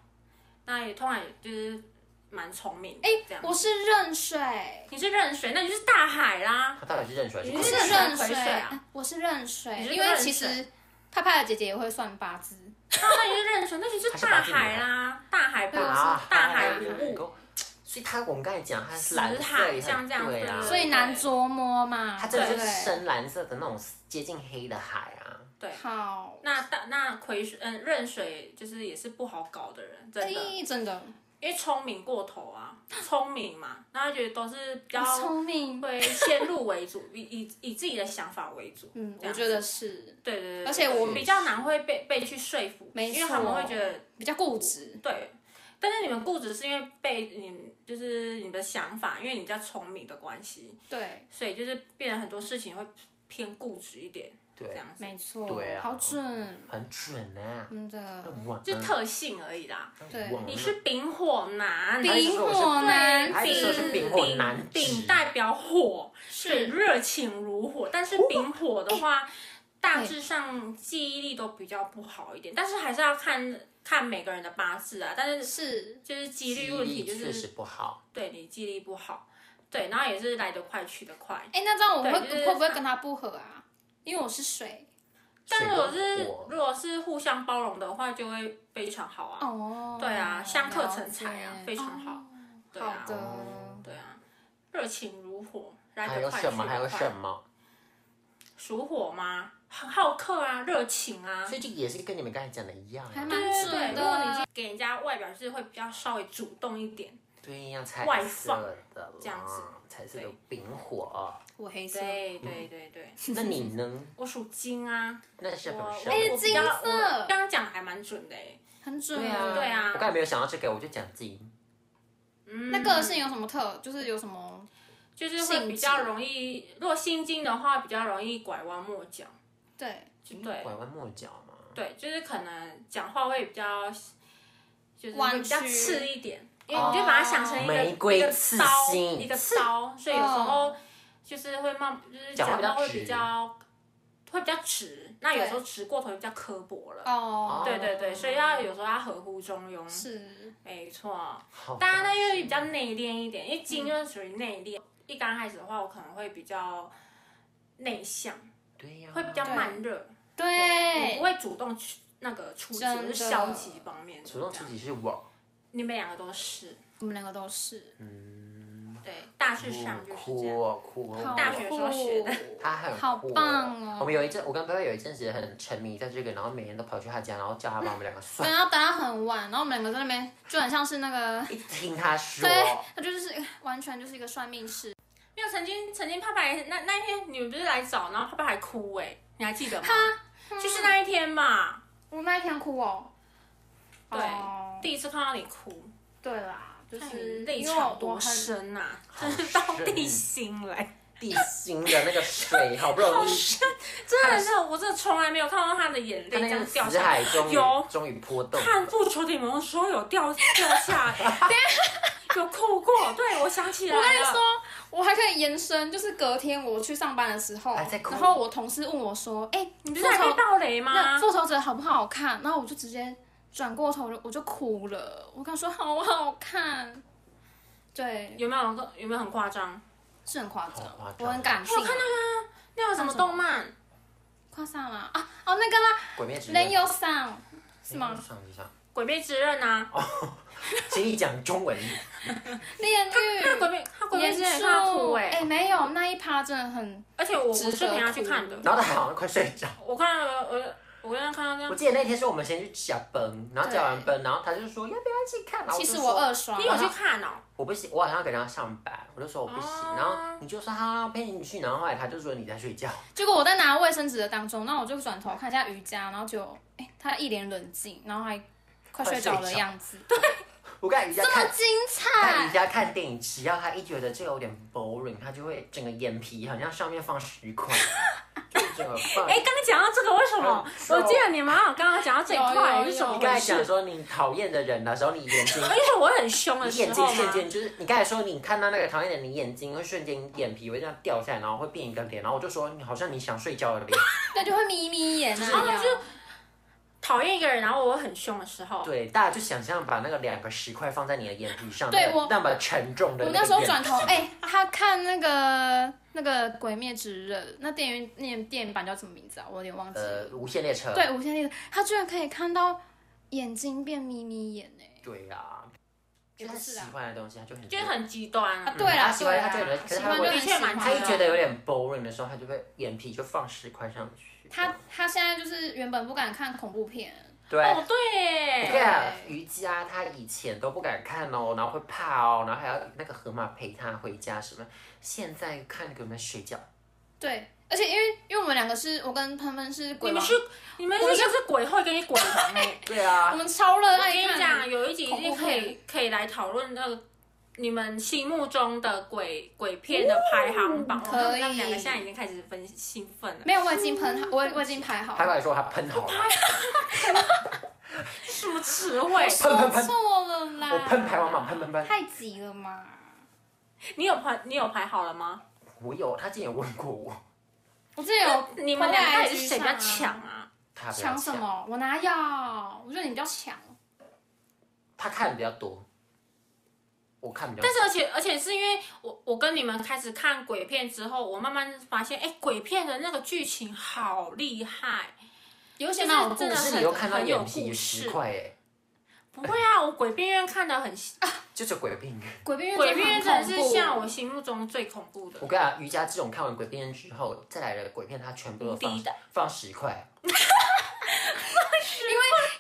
[SPEAKER 3] 那也通常也就是蛮聪明的，哎、这样。
[SPEAKER 2] 我是认水，
[SPEAKER 3] 你是认水，那你就是大海啦。
[SPEAKER 1] 它到底是认出来是
[SPEAKER 3] 你
[SPEAKER 1] 鬼
[SPEAKER 2] 我
[SPEAKER 3] 是
[SPEAKER 2] 是
[SPEAKER 1] 水
[SPEAKER 2] 认
[SPEAKER 3] 水啊
[SPEAKER 2] 我是认水，
[SPEAKER 3] 你是
[SPEAKER 2] 因为
[SPEAKER 3] 认
[SPEAKER 2] 其
[SPEAKER 3] 水
[SPEAKER 2] 实派派的姐姐也会算八字，
[SPEAKER 3] 那那你就认水，那你就是大海啦，大海吧，
[SPEAKER 1] 啊
[SPEAKER 3] 大海
[SPEAKER 1] 有
[SPEAKER 3] 无物，
[SPEAKER 1] 物。所以它我们刚才讲它是
[SPEAKER 3] 死
[SPEAKER 1] 蓝
[SPEAKER 3] 海
[SPEAKER 1] 色，也
[SPEAKER 3] 像
[SPEAKER 1] 很
[SPEAKER 3] 这样
[SPEAKER 1] 对啊
[SPEAKER 3] 子，
[SPEAKER 2] 所以难捉摸嘛，
[SPEAKER 1] 它这
[SPEAKER 2] 对
[SPEAKER 1] 个
[SPEAKER 2] 不
[SPEAKER 1] 就是
[SPEAKER 2] 对？
[SPEAKER 1] 深蓝色的那种接近黑的海啊。
[SPEAKER 3] 对。
[SPEAKER 2] 好，
[SPEAKER 3] 那大那癸水嗯壬水就是也是不好搞的人，真的，
[SPEAKER 2] 咦，哎真的，
[SPEAKER 3] 因为聪明过头啊，聪明嘛，那他觉得都是比较
[SPEAKER 2] 好聪明，
[SPEAKER 3] 会先入为主，以以以自己的想法为主，
[SPEAKER 2] 嗯，
[SPEAKER 3] 这
[SPEAKER 2] 我
[SPEAKER 3] 样
[SPEAKER 2] 觉得是
[SPEAKER 3] 对对对，
[SPEAKER 2] 而且我
[SPEAKER 3] 比较难会被被去说服，
[SPEAKER 2] 没
[SPEAKER 3] 因为他们
[SPEAKER 2] 错
[SPEAKER 3] 会觉得
[SPEAKER 2] 比较固执，
[SPEAKER 3] 对，但是你们固执是因为被你就是你的想法，因为你比较聪明的关系，
[SPEAKER 2] 对，
[SPEAKER 3] 所以就是变得很多事情会偏固执一点，
[SPEAKER 1] 对
[SPEAKER 3] 这样子，
[SPEAKER 2] 没错，
[SPEAKER 1] 对啊
[SPEAKER 2] 好准，
[SPEAKER 1] 很准啊，
[SPEAKER 2] 真的，
[SPEAKER 1] 哇，
[SPEAKER 3] 就特性而已啦。
[SPEAKER 2] 对
[SPEAKER 1] 哇
[SPEAKER 3] 你是丙火男，
[SPEAKER 1] 还
[SPEAKER 2] 丙
[SPEAKER 1] 是说我是
[SPEAKER 2] 火男
[SPEAKER 1] 还是说是
[SPEAKER 2] 子，
[SPEAKER 1] 丙火男子
[SPEAKER 3] 丙代表火，
[SPEAKER 2] 是
[SPEAKER 3] 热情如火，但
[SPEAKER 1] 哦
[SPEAKER 3] 是丙火的话，
[SPEAKER 1] 哎
[SPEAKER 3] 大致上记忆力都比较不好一点，但是还是要看看每个人的八字啊，但是。
[SPEAKER 2] 是
[SPEAKER 3] 就是几
[SPEAKER 1] 记
[SPEAKER 3] 率问题，
[SPEAKER 1] 忆
[SPEAKER 3] 就
[SPEAKER 1] 确实
[SPEAKER 3] 是
[SPEAKER 1] 不好。
[SPEAKER 3] 对你记忆力不好，对，然后也是来得快去得快，
[SPEAKER 2] 哎、那这样我会
[SPEAKER 3] 对就是
[SPEAKER 2] 会不会跟他不合啊？因为我是水
[SPEAKER 3] 但如果
[SPEAKER 1] 水
[SPEAKER 3] 是
[SPEAKER 1] 跟火
[SPEAKER 3] 如果是互相包容的话，就会非常好啊。
[SPEAKER 2] 哦，
[SPEAKER 3] 对啊，相克成才
[SPEAKER 2] 了
[SPEAKER 3] 啊，
[SPEAKER 2] 解
[SPEAKER 3] 非常
[SPEAKER 1] 哦
[SPEAKER 3] 好。对啊
[SPEAKER 2] 好，的，
[SPEAKER 3] 对啊，热情如火，来
[SPEAKER 1] 还
[SPEAKER 3] 得
[SPEAKER 1] 有
[SPEAKER 3] 快
[SPEAKER 1] 什么？
[SPEAKER 3] 去得
[SPEAKER 1] 还有
[SPEAKER 3] 快
[SPEAKER 1] 什？么？
[SPEAKER 3] 属火吗？很好客啊，热情啊。
[SPEAKER 1] 所以这也是跟你们刚才讲的一样啊、
[SPEAKER 2] 还蛮
[SPEAKER 3] 对对对，
[SPEAKER 2] 准
[SPEAKER 3] 如果你
[SPEAKER 2] 的，
[SPEAKER 3] 给人家外表就是会比较稍微主动一点，
[SPEAKER 1] 对呀，彩
[SPEAKER 3] 外
[SPEAKER 1] 色
[SPEAKER 3] 放
[SPEAKER 1] 的啦
[SPEAKER 3] 这样子
[SPEAKER 1] 彩色的
[SPEAKER 3] 对
[SPEAKER 1] 丙火。
[SPEAKER 2] 我黑色，
[SPEAKER 3] 对对对对，
[SPEAKER 1] 那你
[SPEAKER 3] *laughs*
[SPEAKER 1] 呢？
[SPEAKER 3] 我属金啊，
[SPEAKER 1] 那是
[SPEAKER 3] 我
[SPEAKER 1] 很
[SPEAKER 3] 我
[SPEAKER 1] 深。
[SPEAKER 2] 哎
[SPEAKER 3] 我
[SPEAKER 2] 金
[SPEAKER 3] 比较我
[SPEAKER 2] 色
[SPEAKER 3] 刚刚讲还蛮准的哎，
[SPEAKER 2] 很准，
[SPEAKER 1] 对啊
[SPEAKER 3] 对
[SPEAKER 1] 我
[SPEAKER 3] 啊，
[SPEAKER 1] 刚才没有想到这个，我就讲金。
[SPEAKER 3] 嗯
[SPEAKER 2] 那个性有什么特？就是有什么？
[SPEAKER 3] 就是会比较容易，如果心经的话，比较容易拐弯抹角，
[SPEAKER 2] 对，
[SPEAKER 3] 就对
[SPEAKER 1] 拐弯抹角嘛。
[SPEAKER 3] 对，就是可能讲话会比较，就是
[SPEAKER 2] 弯
[SPEAKER 3] 会
[SPEAKER 2] 曲哦
[SPEAKER 3] 比较刺一点，因为你就把它想成一个
[SPEAKER 1] 玫瑰
[SPEAKER 3] 一个
[SPEAKER 1] 刺
[SPEAKER 3] 刀，
[SPEAKER 1] 心
[SPEAKER 3] 一个刀，所以有时
[SPEAKER 2] 哦
[SPEAKER 3] 候就是会慢，就是
[SPEAKER 1] 讲话
[SPEAKER 3] 讲
[SPEAKER 1] 比较
[SPEAKER 3] 话会
[SPEAKER 1] 直
[SPEAKER 3] 比较会比较直，那有
[SPEAKER 2] 对
[SPEAKER 3] 时候直过头就比较刻
[SPEAKER 1] 呃
[SPEAKER 3] 薄了。
[SPEAKER 2] 哦，
[SPEAKER 3] 对对对，所以要有时候要合乎中庸，
[SPEAKER 1] 嗯
[SPEAKER 2] 是
[SPEAKER 3] 没错。
[SPEAKER 1] 好吧。
[SPEAKER 3] 当然，那因为比较内敛一点，因为
[SPEAKER 2] 嗯
[SPEAKER 3] 金就是属于内敛。一刚开始的话，我可能会比较内向，
[SPEAKER 1] 对呀，
[SPEAKER 3] 会比较慢热，我不
[SPEAKER 2] 对，
[SPEAKER 3] 会主动去那个出击，
[SPEAKER 2] 真的
[SPEAKER 3] 我是消极方面的。
[SPEAKER 1] 主动出击是我，
[SPEAKER 3] 你们两个都是，
[SPEAKER 2] 我们两个都是，
[SPEAKER 1] 嗯
[SPEAKER 3] 对，大致上就是这样。
[SPEAKER 1] 酷酷。
[SPEAKER 2] 好
[SPEAKER 3] 大学时候学的
[SPEAKER 2] 酷
[SPEAKER 1] 他很酷
[SPEAKER 2] 好棒哦
[SPEAKER 1] 我们有一阵，我跟飘飘有一阵子很沉迷在这个，然后每天都跑去他家，然后叫他帮我们两个
[SPEAKER 2] *laughs* 对，
[SPEAKER 1] 算，
[SPEAKER 2] 然后等到很晚，然后我们两个在那边就很像是那个，
[SPEAKER 1] 一直听他说
[SPEAKER 2] 对，，他就是完全就是一个算命师，
[SPEAKER 3] 没有曾经，曾经爸爸也那那一天你们不是来找，然后爸爸还哭哎、你还记得吗？就是那一天嘛，
[SPEAKER 2] 我那一天哭哦，
[SPEAKER 3] 对，
[SPEAKER 2] 哦
[SPEAKER 3] 第一次看到你哭，
[SPEAKER 2] 对啦，就
[SPEAKER 3] 看
[SPEAKER 2] 是
[SPEAKER 3] 你泪
[SPEAKER 2] 因为我
[SPEAKER 3] 场多
[SPEAKER 2] 我很
[SPEAKER 3] 深呐、啊，
[SPEAKER 1] 嗯
[SPEAKER 3] 真是到
[SPEAKER 1] 深
[SPEAKER 3] 地心来。
[SPEAKER 1] 地心的那个水，好
[SPEAKER 2] *laughs*
[SPEAKER 1] 不容易，
[SPEAKER 3] 真的是，我真的从来没有看到他的眼
[SPEAKER 1] 他那
[SPEAKER 3] 泪这样
[SPEAKER 1] 个
[SPEAKER 3] 掉
[SPEAKER 1] 死
[SPEAKER 3] 下
[SPEAKER 1] 海。
[SPEAKER 3] 来
[SPEAKER 1] 终于
[SPEAKER 3] 有
[SPEAKER 1] 终于波动了，
[SPEAKER 3] 看《复仇者联盟》的时候有掉掉
[SPEAKER 2] *laughs*
[SPEAKER 3] 下来，有哭过。对，我想起来了。
[SPEAKER 2] 我跟你说，我还可以延伸，就是隔天我去上班的时候，
[SPEAKER 1] 还啊在哭
[SPEAKER 2] 然后我同事问我说：“哎、你
[SPEAKER 3] 你不
[SPEAKER 2] 复
[SPEAKER 3] 是还被
[SPEAKER 2] 仇
[SPEAKER 3] 暴雷
[SPEAKER 2] 那
[SPEAKER 3] 吗？
[SPEAKER 2] 复仇者好不好看？”然后我就直接转过头，我就哭了。我刚说好好看，对，
[SPEAKER 3] 有没有个有没有很夸张？
[SPEAKER 2] 是很夸张
[SPEAKER 1] 好夸，张
[SPEAKER 2] 我很感性。
[SPEAKER 3] 我看那个啊那个什么动漫，
[SPEAKER 2] 夸上了啊哦那个啦，
[SPEAKER 1] 鬼灭之刃
[SPEAKER 2] 人有上是吗？
[SPEAKER 1] 上一上，
[SPEAKER 3] 《鬼灭之刃》啊，
[SPEAKER 1] 请你讲中文。
[SPEAKER 2] 炼
[SPEAKER 3] 看《鬼
[SPEAKER 2] 狱。
[SPEAKER 3] 灭》，看《鬼灭之刃
[SPEAKER 2] 严》肃
[SPEAKER 3] 看到哭
[SPEAKER 2] 哎、
[SPEAKER 3] 哎，
[SPEAKER 2] 没有那一趴真的很
[SPEAKER 3] 而且我我
[SPEAKER 2] 值得
[SPEAKER 3] 是陪他去看的
[SPEAKER 2] 哭。
[SPEAKER 1] 然后他还好像快睡着。
[SPEAKER 2] 嗯
[SPEAKER 3] 我看到我我我刚刚看到这
[SPEAKER 1] 我
[SPEAKER 3] 样，
[SPEAKER 1] 记得那天是我们先去小崩，然后叫完崩，然后他就说要不要一起看？然后
[SPEAKER 2] 其
[SPEAKER 1] 就
[SPEAKER 2] 实
[SPEAKER 1] 说
[SPEAKER 2] 我二刷，
[SPEAKER 3] 你有
[SPEAKER 2] 然
[SPEAKER 3] 去
[SPEAKER 2] 后
[SPEAKER 3] 看哦？
[SPEAKER 1] 我不行，我好像要给他上班，我就说我不行。
[SPEAKER 3] 哦
[SPEAKER 1] 然
[SPEAKER 2] 啊
[SPEAKER 1] 后你就说好，陪你去。然后后来他就说你在睡觉，
[SPEAKER 2] 结果我在拿卫生纸的当中，那我就转头看一下瑜伽，然后就哎、他一脸冷静，然后还快睡着的样子，对，
[SPEAKER 1] 我跟瑜伽
[SPEAKER 2] 这么
[SPEAKER 1] 看。
[SPEAKER 2] 精
[SPEAKER 1] 看瑜
[SPEAKER 2] 彩，
[SPEAKER 1] 伽看电影，
[SPEAKER 2] *laughs*
[SPEAKER 1] 只要他一觉得这个有点 boring，他就会整个眼皮好像上面放十块，这么棒
[SPEAKER 3] 哎，刚刚讲到这个，为什么？
[SPEAKER 1] 很
[SPEAKER 3] 我记得你们好像刚刚讲到这一
[SPEAKER 2] 有
[SPEAKER 3] 块
[SPEAKER 2] 有
[SPEAKER 3] 是什么
[SPEAKER 1] 你刚才
[SPEAKER 3] 回
[SPEAKER 1] 讲
[SPEAKER 3] 事？
[SPEAKER 1] 说你讨厌的人的时候，你眼睛
[SPEAKER 3] 因为我很凶的
[SPEAKER 1] 你
[SPEAKER 3] 时
[SPEAKER 1] 眼睛
[SPEAKER 3] 候
[SPEAKER 1] 瞬
[SPEAKER 3] 嘛，
[SPEAKER 1] 间就是，你刚才说你看到那个讨厌的人，你眼睛会瞬间眼皮会这样掉下来，然后会变一个脸，然后我就说你好像你想睡觉的脸，
[SPEAKER 2] 对，就会眯眯眼
[SPEAKER 1] 就是
[SPEAKER 2] 啊，
[SPEAKER 3] 就是讨厌一个人，然后我很凶的时
[SPEAKER 2] 哦
[SPEAKER 3] 候，
[SPEAKER 1] 对，大家就想象把那个两个石块放在你的眼皮上，
[SPEAKER 2] 对
[SPEAKER 1] 那
[SPEAKER 2] 我
[SPEAKER 1] 那么沉重的
[SPEAKER 2] 我
[SPEAKER 1] 个
[SPEAKER 2] 那时候
[SPEAKER 1] 眼
[SPEAKER 2] 转头，
[SPEAKER 1] 皮
[SPEAKER 2] 哎、他看那个那个《鬼灭之刃》，那电影那电影版叫什么名字啊？我有点忘记了。
[SPEAKER 1] 呃，无限列车，
[SPEAKER 2] 对，无限列车，他居然可以看到眼睛变眯眯眼哎、
[SPEAKER 1] 对呀、
[SPEAKER 2] 也
[SPEAKER 1] 就
[SPEAKER 2] 不
[SPEAKER 1] 他
[SPEAKER 2] 是
[SPEAKER 1] 喜
[SPEAKER 2] 啊
[SPEAKER 1] 欢的东西，他就很
[SPEAKER 3] 就是很极端
[SPEAKER 2] 啊，
[SPEAKER 3] 啊。
[SPEAKER 2] 对啦，
[SPEAKER 1] 呃他喜欢
[SPEAKER 2] 对啦
[SPEAKER 1] 他觉得可是
[SPEAKER 2] 喜
[SPEAKER 1] 他
[SPEAKER 2] 欢就
[SPEAKER 1] 我
[SPEAKER 2] 很
[SPEAKER 3] 的确
[SPEAKER 2] 喜欢
[SPEAKER 3] 蛮
[SPEAKER 1] 他一
[SPEAKER 3] 喜
[SPEAKER 1] 觉
[SPEAKER 3] 欢
[SPEAKER 1] 得有点 boring 的时候，他就会眼皮就放石块上去。
[SPEAKER 2] 他他现在就是原本不敢看恐怖片，
[SPEAKER 1] 对，
[SPEAKER 3] 哦，
[SPEAKER 1] 你
[SPEAKER 3] 对，
[SPEAKER 1] 看瑜伽，他以前都不敢看哦，然后会怕哦，然后还要那个河马陪他回家什么。现在看那个有没有睡觉？
[SPEAKER 2] 对，而且因为因为我们两个是我跟潘潘是
[SPEAKER 3] 你
[SPEAKER 2] 鬼
[SPEAKER 3] 们
[SPEAKER 2] 王，
[SPEAKER 3] 是你们是就是鬼会跟你鬼玩 *laughs* 欸
[SPEAKER 1] 对
[SPEAKER 2] 我
[SPEAKER 1] 啊，
[SPEAKER 2] 们超热
[SPEAKER 3] 我
[SPEAKER 2] 爱
[SPEAKER 3] 跟你
[SPEAKER 2] 看
[SPEAKER 3] 讲，，有一集一定
[SPEAKER 2] 恐
[SPEAKER 3] 可
[SPEAKER 2] 怖
[SPEAKER 3] 以可以来讨论那个你们心目中的鬼鬼片的排行榜。
[SPEAKER 2] 嗯可以
[SPEAKER 3] 我们两个现在已经开始分兴奋了。
[SPEAKER 2] 没有我已经喷好，我我已经排好
[SPEAKER 1] 他过
[SPEAKER 2] 了，
[SPEAKER 1] 来说他喷好了，
[SPEAKER 3] 什么词汇？
[SPEAKER 1] *laughs* 喷喷喷，
[SPEAKER 2] 错了啦，
[SPEAKER 1] 我喷排行榜，喷喷喷。
[SPEAKER 2] 太急了嘛，
[SPEAKER 3] 你有排你有排好了吗？
[SPEAKER 1] 我有，他之前有问过我，
[SPEAKER 2] 我这有
[SPEAKER 3] 你们两个
[SPEAKER 2] 后来
[SPEAKER 3] 到底是谁比较
[SPEAKER 2] 还
[SPEAKER 3] 强啊？
[SPEAKER 1] 他比较
[SPEAKER 2] 抢什？么？我哪有？我觉得你比较强，
[SPEAKER 1] 他看的比较多，我看比较少。
[SPEAKER 3] 但是而且而且是因为我我跟你们开始看鬼片之后，我慢慢发现，哎，鬼片的那个剧情好厉害。
[SPEAKER 2] 有一些那种
[SPEAKER 3] 就是真的
[SPEAKER 1] 可是你
[SPEAKER 2] 故事
[SPEAKER 3] 很
[SPEAKER 1] 又看到
[SPEAKER 3] 很有
[SPEAKER 1] 眼皮
[SPEAKER 3] 故
[SPEAKER 1] 石
[SPEAKER 3] 事
[SPEAKER 1] 块哎，
[SPEAKER 3] 不会啊，我鬼片院看的很，
[SPEAKER 1] 就是鬼病。
[SPEAKER 2] 鬼片
[SPEAKER 3] 鬼片
[SPEAKER 2] 院
[SPEAKER 3] 院
[SPEAKER 2] 真的很
[SPEAKER 3] 真的是
[SPEAKER 2] 恐怖
[SPEAKER 3] 像我心目中最恐怖的
[SPEAKER 1] 我。跟你讲，瑜伽这种看完鬼片之后再来的鬼片，他全部都
[SPEAKER 3] 无
[SPEAKER 1] 放
[SPEAKER 3] 敌的
[SPEAKER 1] 放石块。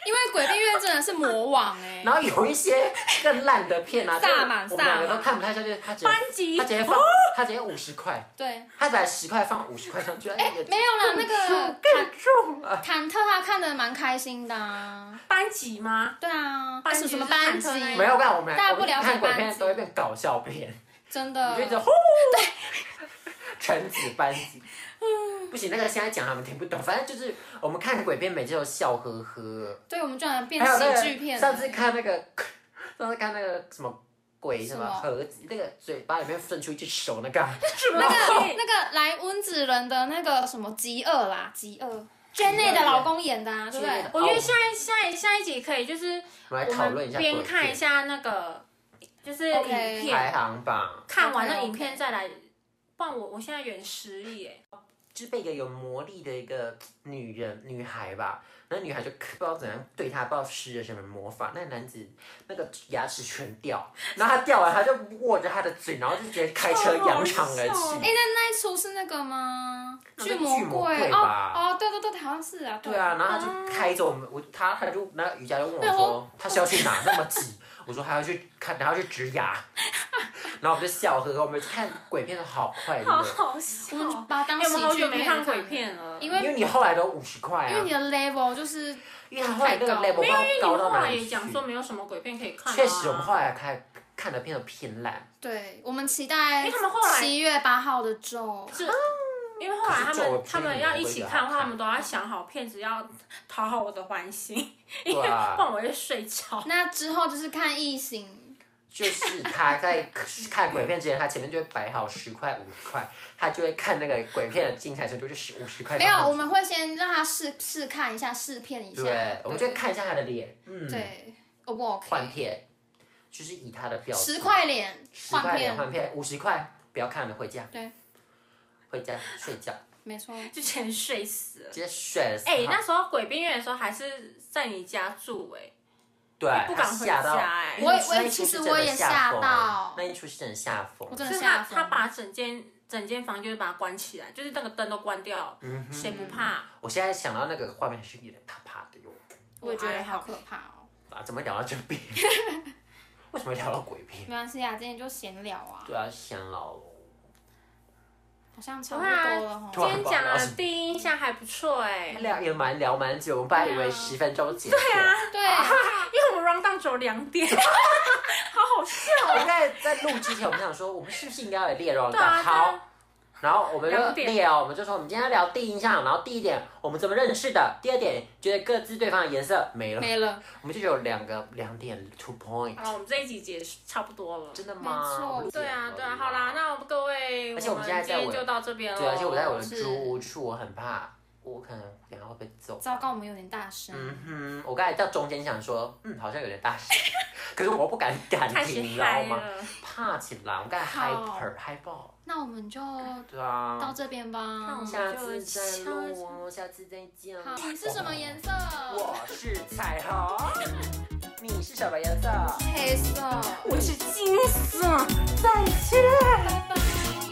[SPEAKER 2] 因为鬼片院真的是魔王哎、
[SPEAKER 1] 然后有一些更烂的片
[SPEAKER 2] *laughs*
[SPEAKER 1] 啊，就是
[SPEAKER 2] 萨满
[SPEAKER 1] 我们两个
[SPEAKER 2] 萨
[SPEAKER 1] 都
[SPEAKER 2] 满
[SPEAKER 1] 看不太下去。他直接
[SPEAKER 3] 班级
[SPEAKER 1] 他直接放，他直接五十块，
[SPEAKER 2] 对，
[SPEAKER 1] 他把十块放五十块上去，哎，也
[SPEAKER 2] 没有啦，那个
[SPEAKER 3] 嗯
[SPEAKER 1] 更重啊！
[SPEAKER 2] *laughs* 忐忐忑他看的蛮开心的、啊，
[SPEAKER 3] 班级吗？
[SPEAKER 2] 对啊，
[SPEAKER 3] 班级
[SPEAKER 2] 什么什么
[SPEAKER 3] 就是忐忑
[SPEAKER 2] 班级，
[SPEAKER 3] 那一
[SPEAKER 1] 没有，我跟你讲我们
[SPEAKER 2] 大家
[SPEAKER 1] 我
[SPEAKER 2] 不
[SPEAKER 1] 们
[SPEAKER 2] 了解
[SPEAKER 1] 看鬼
[SPEAKER 2] 班
[SPEAKER 1] 片
[SPEAKER 2] 级呃
[SPEAKER 1] 都会变搞笑片，
[SPEAKER 2] 真
[SPEAKER 1] 你
[SPEAKER 2] *laughs*
[SPEAKER 1] 就一直
[SPEAKER 2] 的，
[SPEAKER 1] 呼，对，橙子班级，
[SPEAKER 2] 嗯
[SPEAKER 1] 不行，那个现在讲他们听不懂，反正就是我们看鬼片每次都笑呵呵。
[SPEAKER 2] 对我们居然变
[SPEAKER 1] 还有那
[SPEAKER 2] 喜剧
[SPEAKER 1] 个
[SPEAKER 3] 啊
[SPEAKER 2] 片了，
[SPEAKER 1] 上次看那个，上次看那个什么鬼什么
[SPEAKER 2] 什么
[SPEAKER 1] 盒子，那个嘴巴里面伸出一只手那个啊，
[SPEAKER 3] *laughs* 什么
[SPEAKER 2] 那个那个来温子仁的那个什么极恶啦，极恶 j e n n 的老公演的、啊，对不
[SPEAKER 1] 极恶
[SPEAKER 2] 对
[SPEAKER 1] 的？
[SPEAKER 3] 我觉得下一下一下一集可以就是
[SPEAKER 1] *laughs* 我们来
[SPEAKER 3] 我
[SPEAKER 1] 讨论一
[SPEAKER 3] 们
[SPEAKER 1] 下
[SPEAKER 3] 边
[SPEAKER 1] 鬼
[SPEAKER 3] 看一
[SPEAKER 1] 片
[SPEAKER 3] 下那个就是影
[SPEAKER 2] OK
[SPEAKER 1] 排
[SPEAKER 3] 片，
[SPEAKER 1] 行榜，
[SPEAKER 3] 看完了
[SPEAKER 2] OK，OK
[SPEAKER 3] 影片再来。不然我我现在有点失忆耶。
[SPEAKER 1] 就是被一个有魔力的一个女人女孩吧，那女孩就不知道怎样对她，不知道施了什么魔法，那男子那个牙齿全掉，然后他掉完他就握着他的嘴，然后就直接开车扬长而去
[SPEAKER 3] 超好笑。
[SPEAKER 2] 哎、那那一出是那个吗？
[SPEAKER 1] 那个
[SPEAKER 2] 魔
[SPEAKER 1] 巨魔
[SPEAKER 2] 鬼
[SPEAKER 1] 贵
[SPEAKER 2] 哦
[SPEAKER 1] 吧
[SPEAKER 2] 哦，对对对，好像是啊，
[SPEAKER 1] 对啊，然后他就开着我们，我他他就那瑜伽就问我说他是要去哪那么急，我说他要去看，然后去植牙，然后我们就笑呵呵，我们看鬼片的好快乐，
[SPEAKER 3] 好
[SPEAKER 2] 我
[SPEAKER 3] 笑哎
[SPEAKER 2] 们哦把它当
[SPEAKER 3] 因
[SPEAKER 2] 喜
[SPEAKER 3] 为我们好
[SPEAKER 2] 剧
[SPEAKER 3] 久没
[SPEAKER 2] 片
[SPEAKER 3] 看鬼
[SPEAKER 2] 了，
[SPEAKER 3] 片了，
[SPEAKER 2] 因
[SPEAKER 1] 因
[SPEAKER 2] 为
[SPEAKER 1] 为你后来都五十块
[SPEAKER 2] 因为
[SPEAKER 1] 啊
[SPEAKER 2] 你，的 level 就是
[SPEAKER 1] 因为他后来那个
[SPEAKER 2] 太
[SPEAKER 1] level
[SPEAKER 2] 高
[SPEAKER 1] 不知道
[SPEAKER 3] 你
[SPEAKER 1] 高到
[SPEAKER 3] 后
[SPEAKER 1] 哪
[SPEAKER 3] 来
[SPEAKER 1] 里
[SPEAKER 3] 也
[SPEAKER 1] 去。
[SPEAKER 3] 讲说没有什么鬼片可以看、啊。
[SPEAKER 1] 确实，我们后来看看的片都偏烂，
[SPEAKER 2] 对，我们期待
[SPEAKER 3] 因为他们后来
[SPEAKER 2] 七月八号的咒，
[SPEAKER 3] 因为后来他
[SPEAKER 1] 可是咒我
[SPEAKER 3] 们
[SPEAKER 1] 偏
[SPEAKER 3] 他们要一起
[SPEAKER 1] 我
[SPEAKER 3] 看的
[SPEAKER 1] 也觉得好看
[SPEAKER 3] 话，他们都要想好片子，要讨好我的欢心，因为
[SPEAKER 1] 对啊
[SPEAKER 3] *laughs* 不然我会睡着。 *laughs*
[SPEAKER 2] 那之后就是看异形，
[SPEAKER 1] 就是他在看鬼片之前，他前面就会摆好十块五十块，他就会看那个鬼片的精彩程度，就是五十块。
[SPEAKER 2] 没有，我们会先让他试试看一下，试片一下，
[SPEAKER 1] 对，我们就会看一下他的脸，嗯，
[SPEAKER 2] 对，O 不 OK？
[SPEAKER 1] 换片，就是以他的标准
[SPEAKER 2] 十块脸
[SPEAKER 1] 十
[SPEAKER 2] 换
[SPEAKER 1] 块钱
[SPEAKER 2] 片，
[SPEAKER 1] 换片，五十块不要看了，回家。
[SPEAKER 2] 对，
[SPEAKER 1] 回家睡觉，
[SPEAKER 2] 没错。
[SPEAKER 3] 之前睡死了。
[SPEAKER 1] 直接睡死他。
[SPEAKER 3] 哎、那时候鬼片院的时候还是在你家住哎、
[SPEAKER 1] 对，
[SPEAKER 3] 不敢回
[SPEAKER 1] 吓到
[SPEAKER 3] 家哎
[SPEAKER 1] 因为
[SPEAKER 2] 我
[SPEAKER 1] 那一
[SPEAKER 2] 我
[SPEAKER 1] 出
[SPEAKER 2] 其
[SPEAKER 1] 是
[SPEAKER 2] 实
[SPEAKER 1] 真的
[SPEAKER 2] 我也吓
[SPEAKER 1] 疯
[SPEAKER 2] 到
[SPEAKER 1] 那一出是真的吓疯
[SPEAKER 2] 我。真的
[SPEAKER 3] 就是
[SPEAKER 2] 吓
[SPEAKER 3] 他
[SPEAKER 2] 疯
[SPEAKER 3] 他把整间整间房就是把它关起来，就是那个灯都关掉，
[SPEAKER 1] 嗯
[SPEAKER 3] 谁不怕？
[SPEAKER 1] 我现在想到那个画面是有点怕怕的哟。
[SPEAKER 2] 我也觉得
[SPEAKER 3] 还
[SPEAKER 2] 好
[SPEAKER 3] 好
[SPEAKER 2] 可怕哦。
[SPEAKER 1] 啊，怎么聊到这
[SPEAKER 2] *laughs*
[SPEAKER 1] 边？为什么聊到鬼片？
[SPEAKER 2] 没关系啊，今天就闲聊啊，
[SPEAKER 1] 对啊，想老了。
[SPEAKER 2] 好像差不多了
[SPEAKER 1] 对
[SPEAKER 2] 哈。
[SPEAKER 1] 啊
[SPEAKER 3] 今天讲了第一印象还不错哎、
[SPEAKER 1] 聊也蛮聊蛮久，我们本来以为
[SPEAKER 2] 对啊
[SPEAKER 1] 十分钟结束。对啊，
[SPEAKER 2] 对，
[SPEAKER 3] 因为我们 round down 只有两
[SPEAKER 1] *laughs*
[SPEAKER 3] 点，好好笑。
[SPEAKER 1] 我们在在录之前，我们想说，我们是不是应该要有列容
[SPEAKER 3] 对
[SPEAKER 1] 档？
[SPEAKER 3] 啊
[SPEAKER 1] 好，然后我们就
[SPEAKER 3] 两点
[SPEAKER 1] 聊，我们就说我们今天要聊第一印象，然后第一点我们怎么认识的，第二点觉得各自对方的颜色没了，
[SPEAKER 2] 没了。
[SPEAKER 1] 我们就有两个两点 two point，
[SPEAKER 3] 好了，我们这一集结束差不多了。
[SPEAKER 1] 真的
[SPEAKER 2] 没错
[SPEAKER 1] 吗？我的
[SPEAKER 3] 对啊，
[SPEAKER 1] 天
[SPEAKER 3] 对啊，好啦，那我们各位，
[SPEAKER 1] 而且我们现在在
[SPEAKER 3] 今天
[SPEAKER 1] 我的
[SPEAKER 3] 就到这边了。
[SPEAKER 1] 对，而啊且我在我的
[SPEAKER 2] 是
[SPEAKER 1] 租屋处，我很怕，我可能等一下会被揍。
[SPEAKER 2] 糟糕，我们有点大声。
[SPEAKER 1] 嗯哼，我刚才到中间想说，嗯，好像有点大声， *laughs* 可是我不敢敢
[SPEAKER 3] 开始
[SPEAKER 1] 停，你知道
[SPEAKER 3] 嗨
[SPEAKER 1] 吗？
[SPEAKER 3] 了，
[SPEAKER 1] 怕起来，我刚才嗨
[SPEAKER 2] 好
[SPEAKER 1] 盆嗨爆，
[SPEAKER 2] 那我们就
[SPEAKER 1] 对
[SPEAKER 2] 到
[SPEAKER 1] 啊，
[SPEAKER 2] 这边吧。
[SPEAKER 3] 我们
[SPEAKER 1] 下
[SPEAKER 3] 就
[SPEAKER 1] 次再录
[SPEAKER 3] 下
[SPEAKER 1] 哦，下次再见。
[SPEAKER 2] 好，你是什么颜色？
[SPEAKER 1] 我是彩虹， *laughs* 你是什么颜色？
[SPEAKER 2] 黑色。
[SPEAKER 3] 我是金色。
[SPEAKER 2] 拜拜。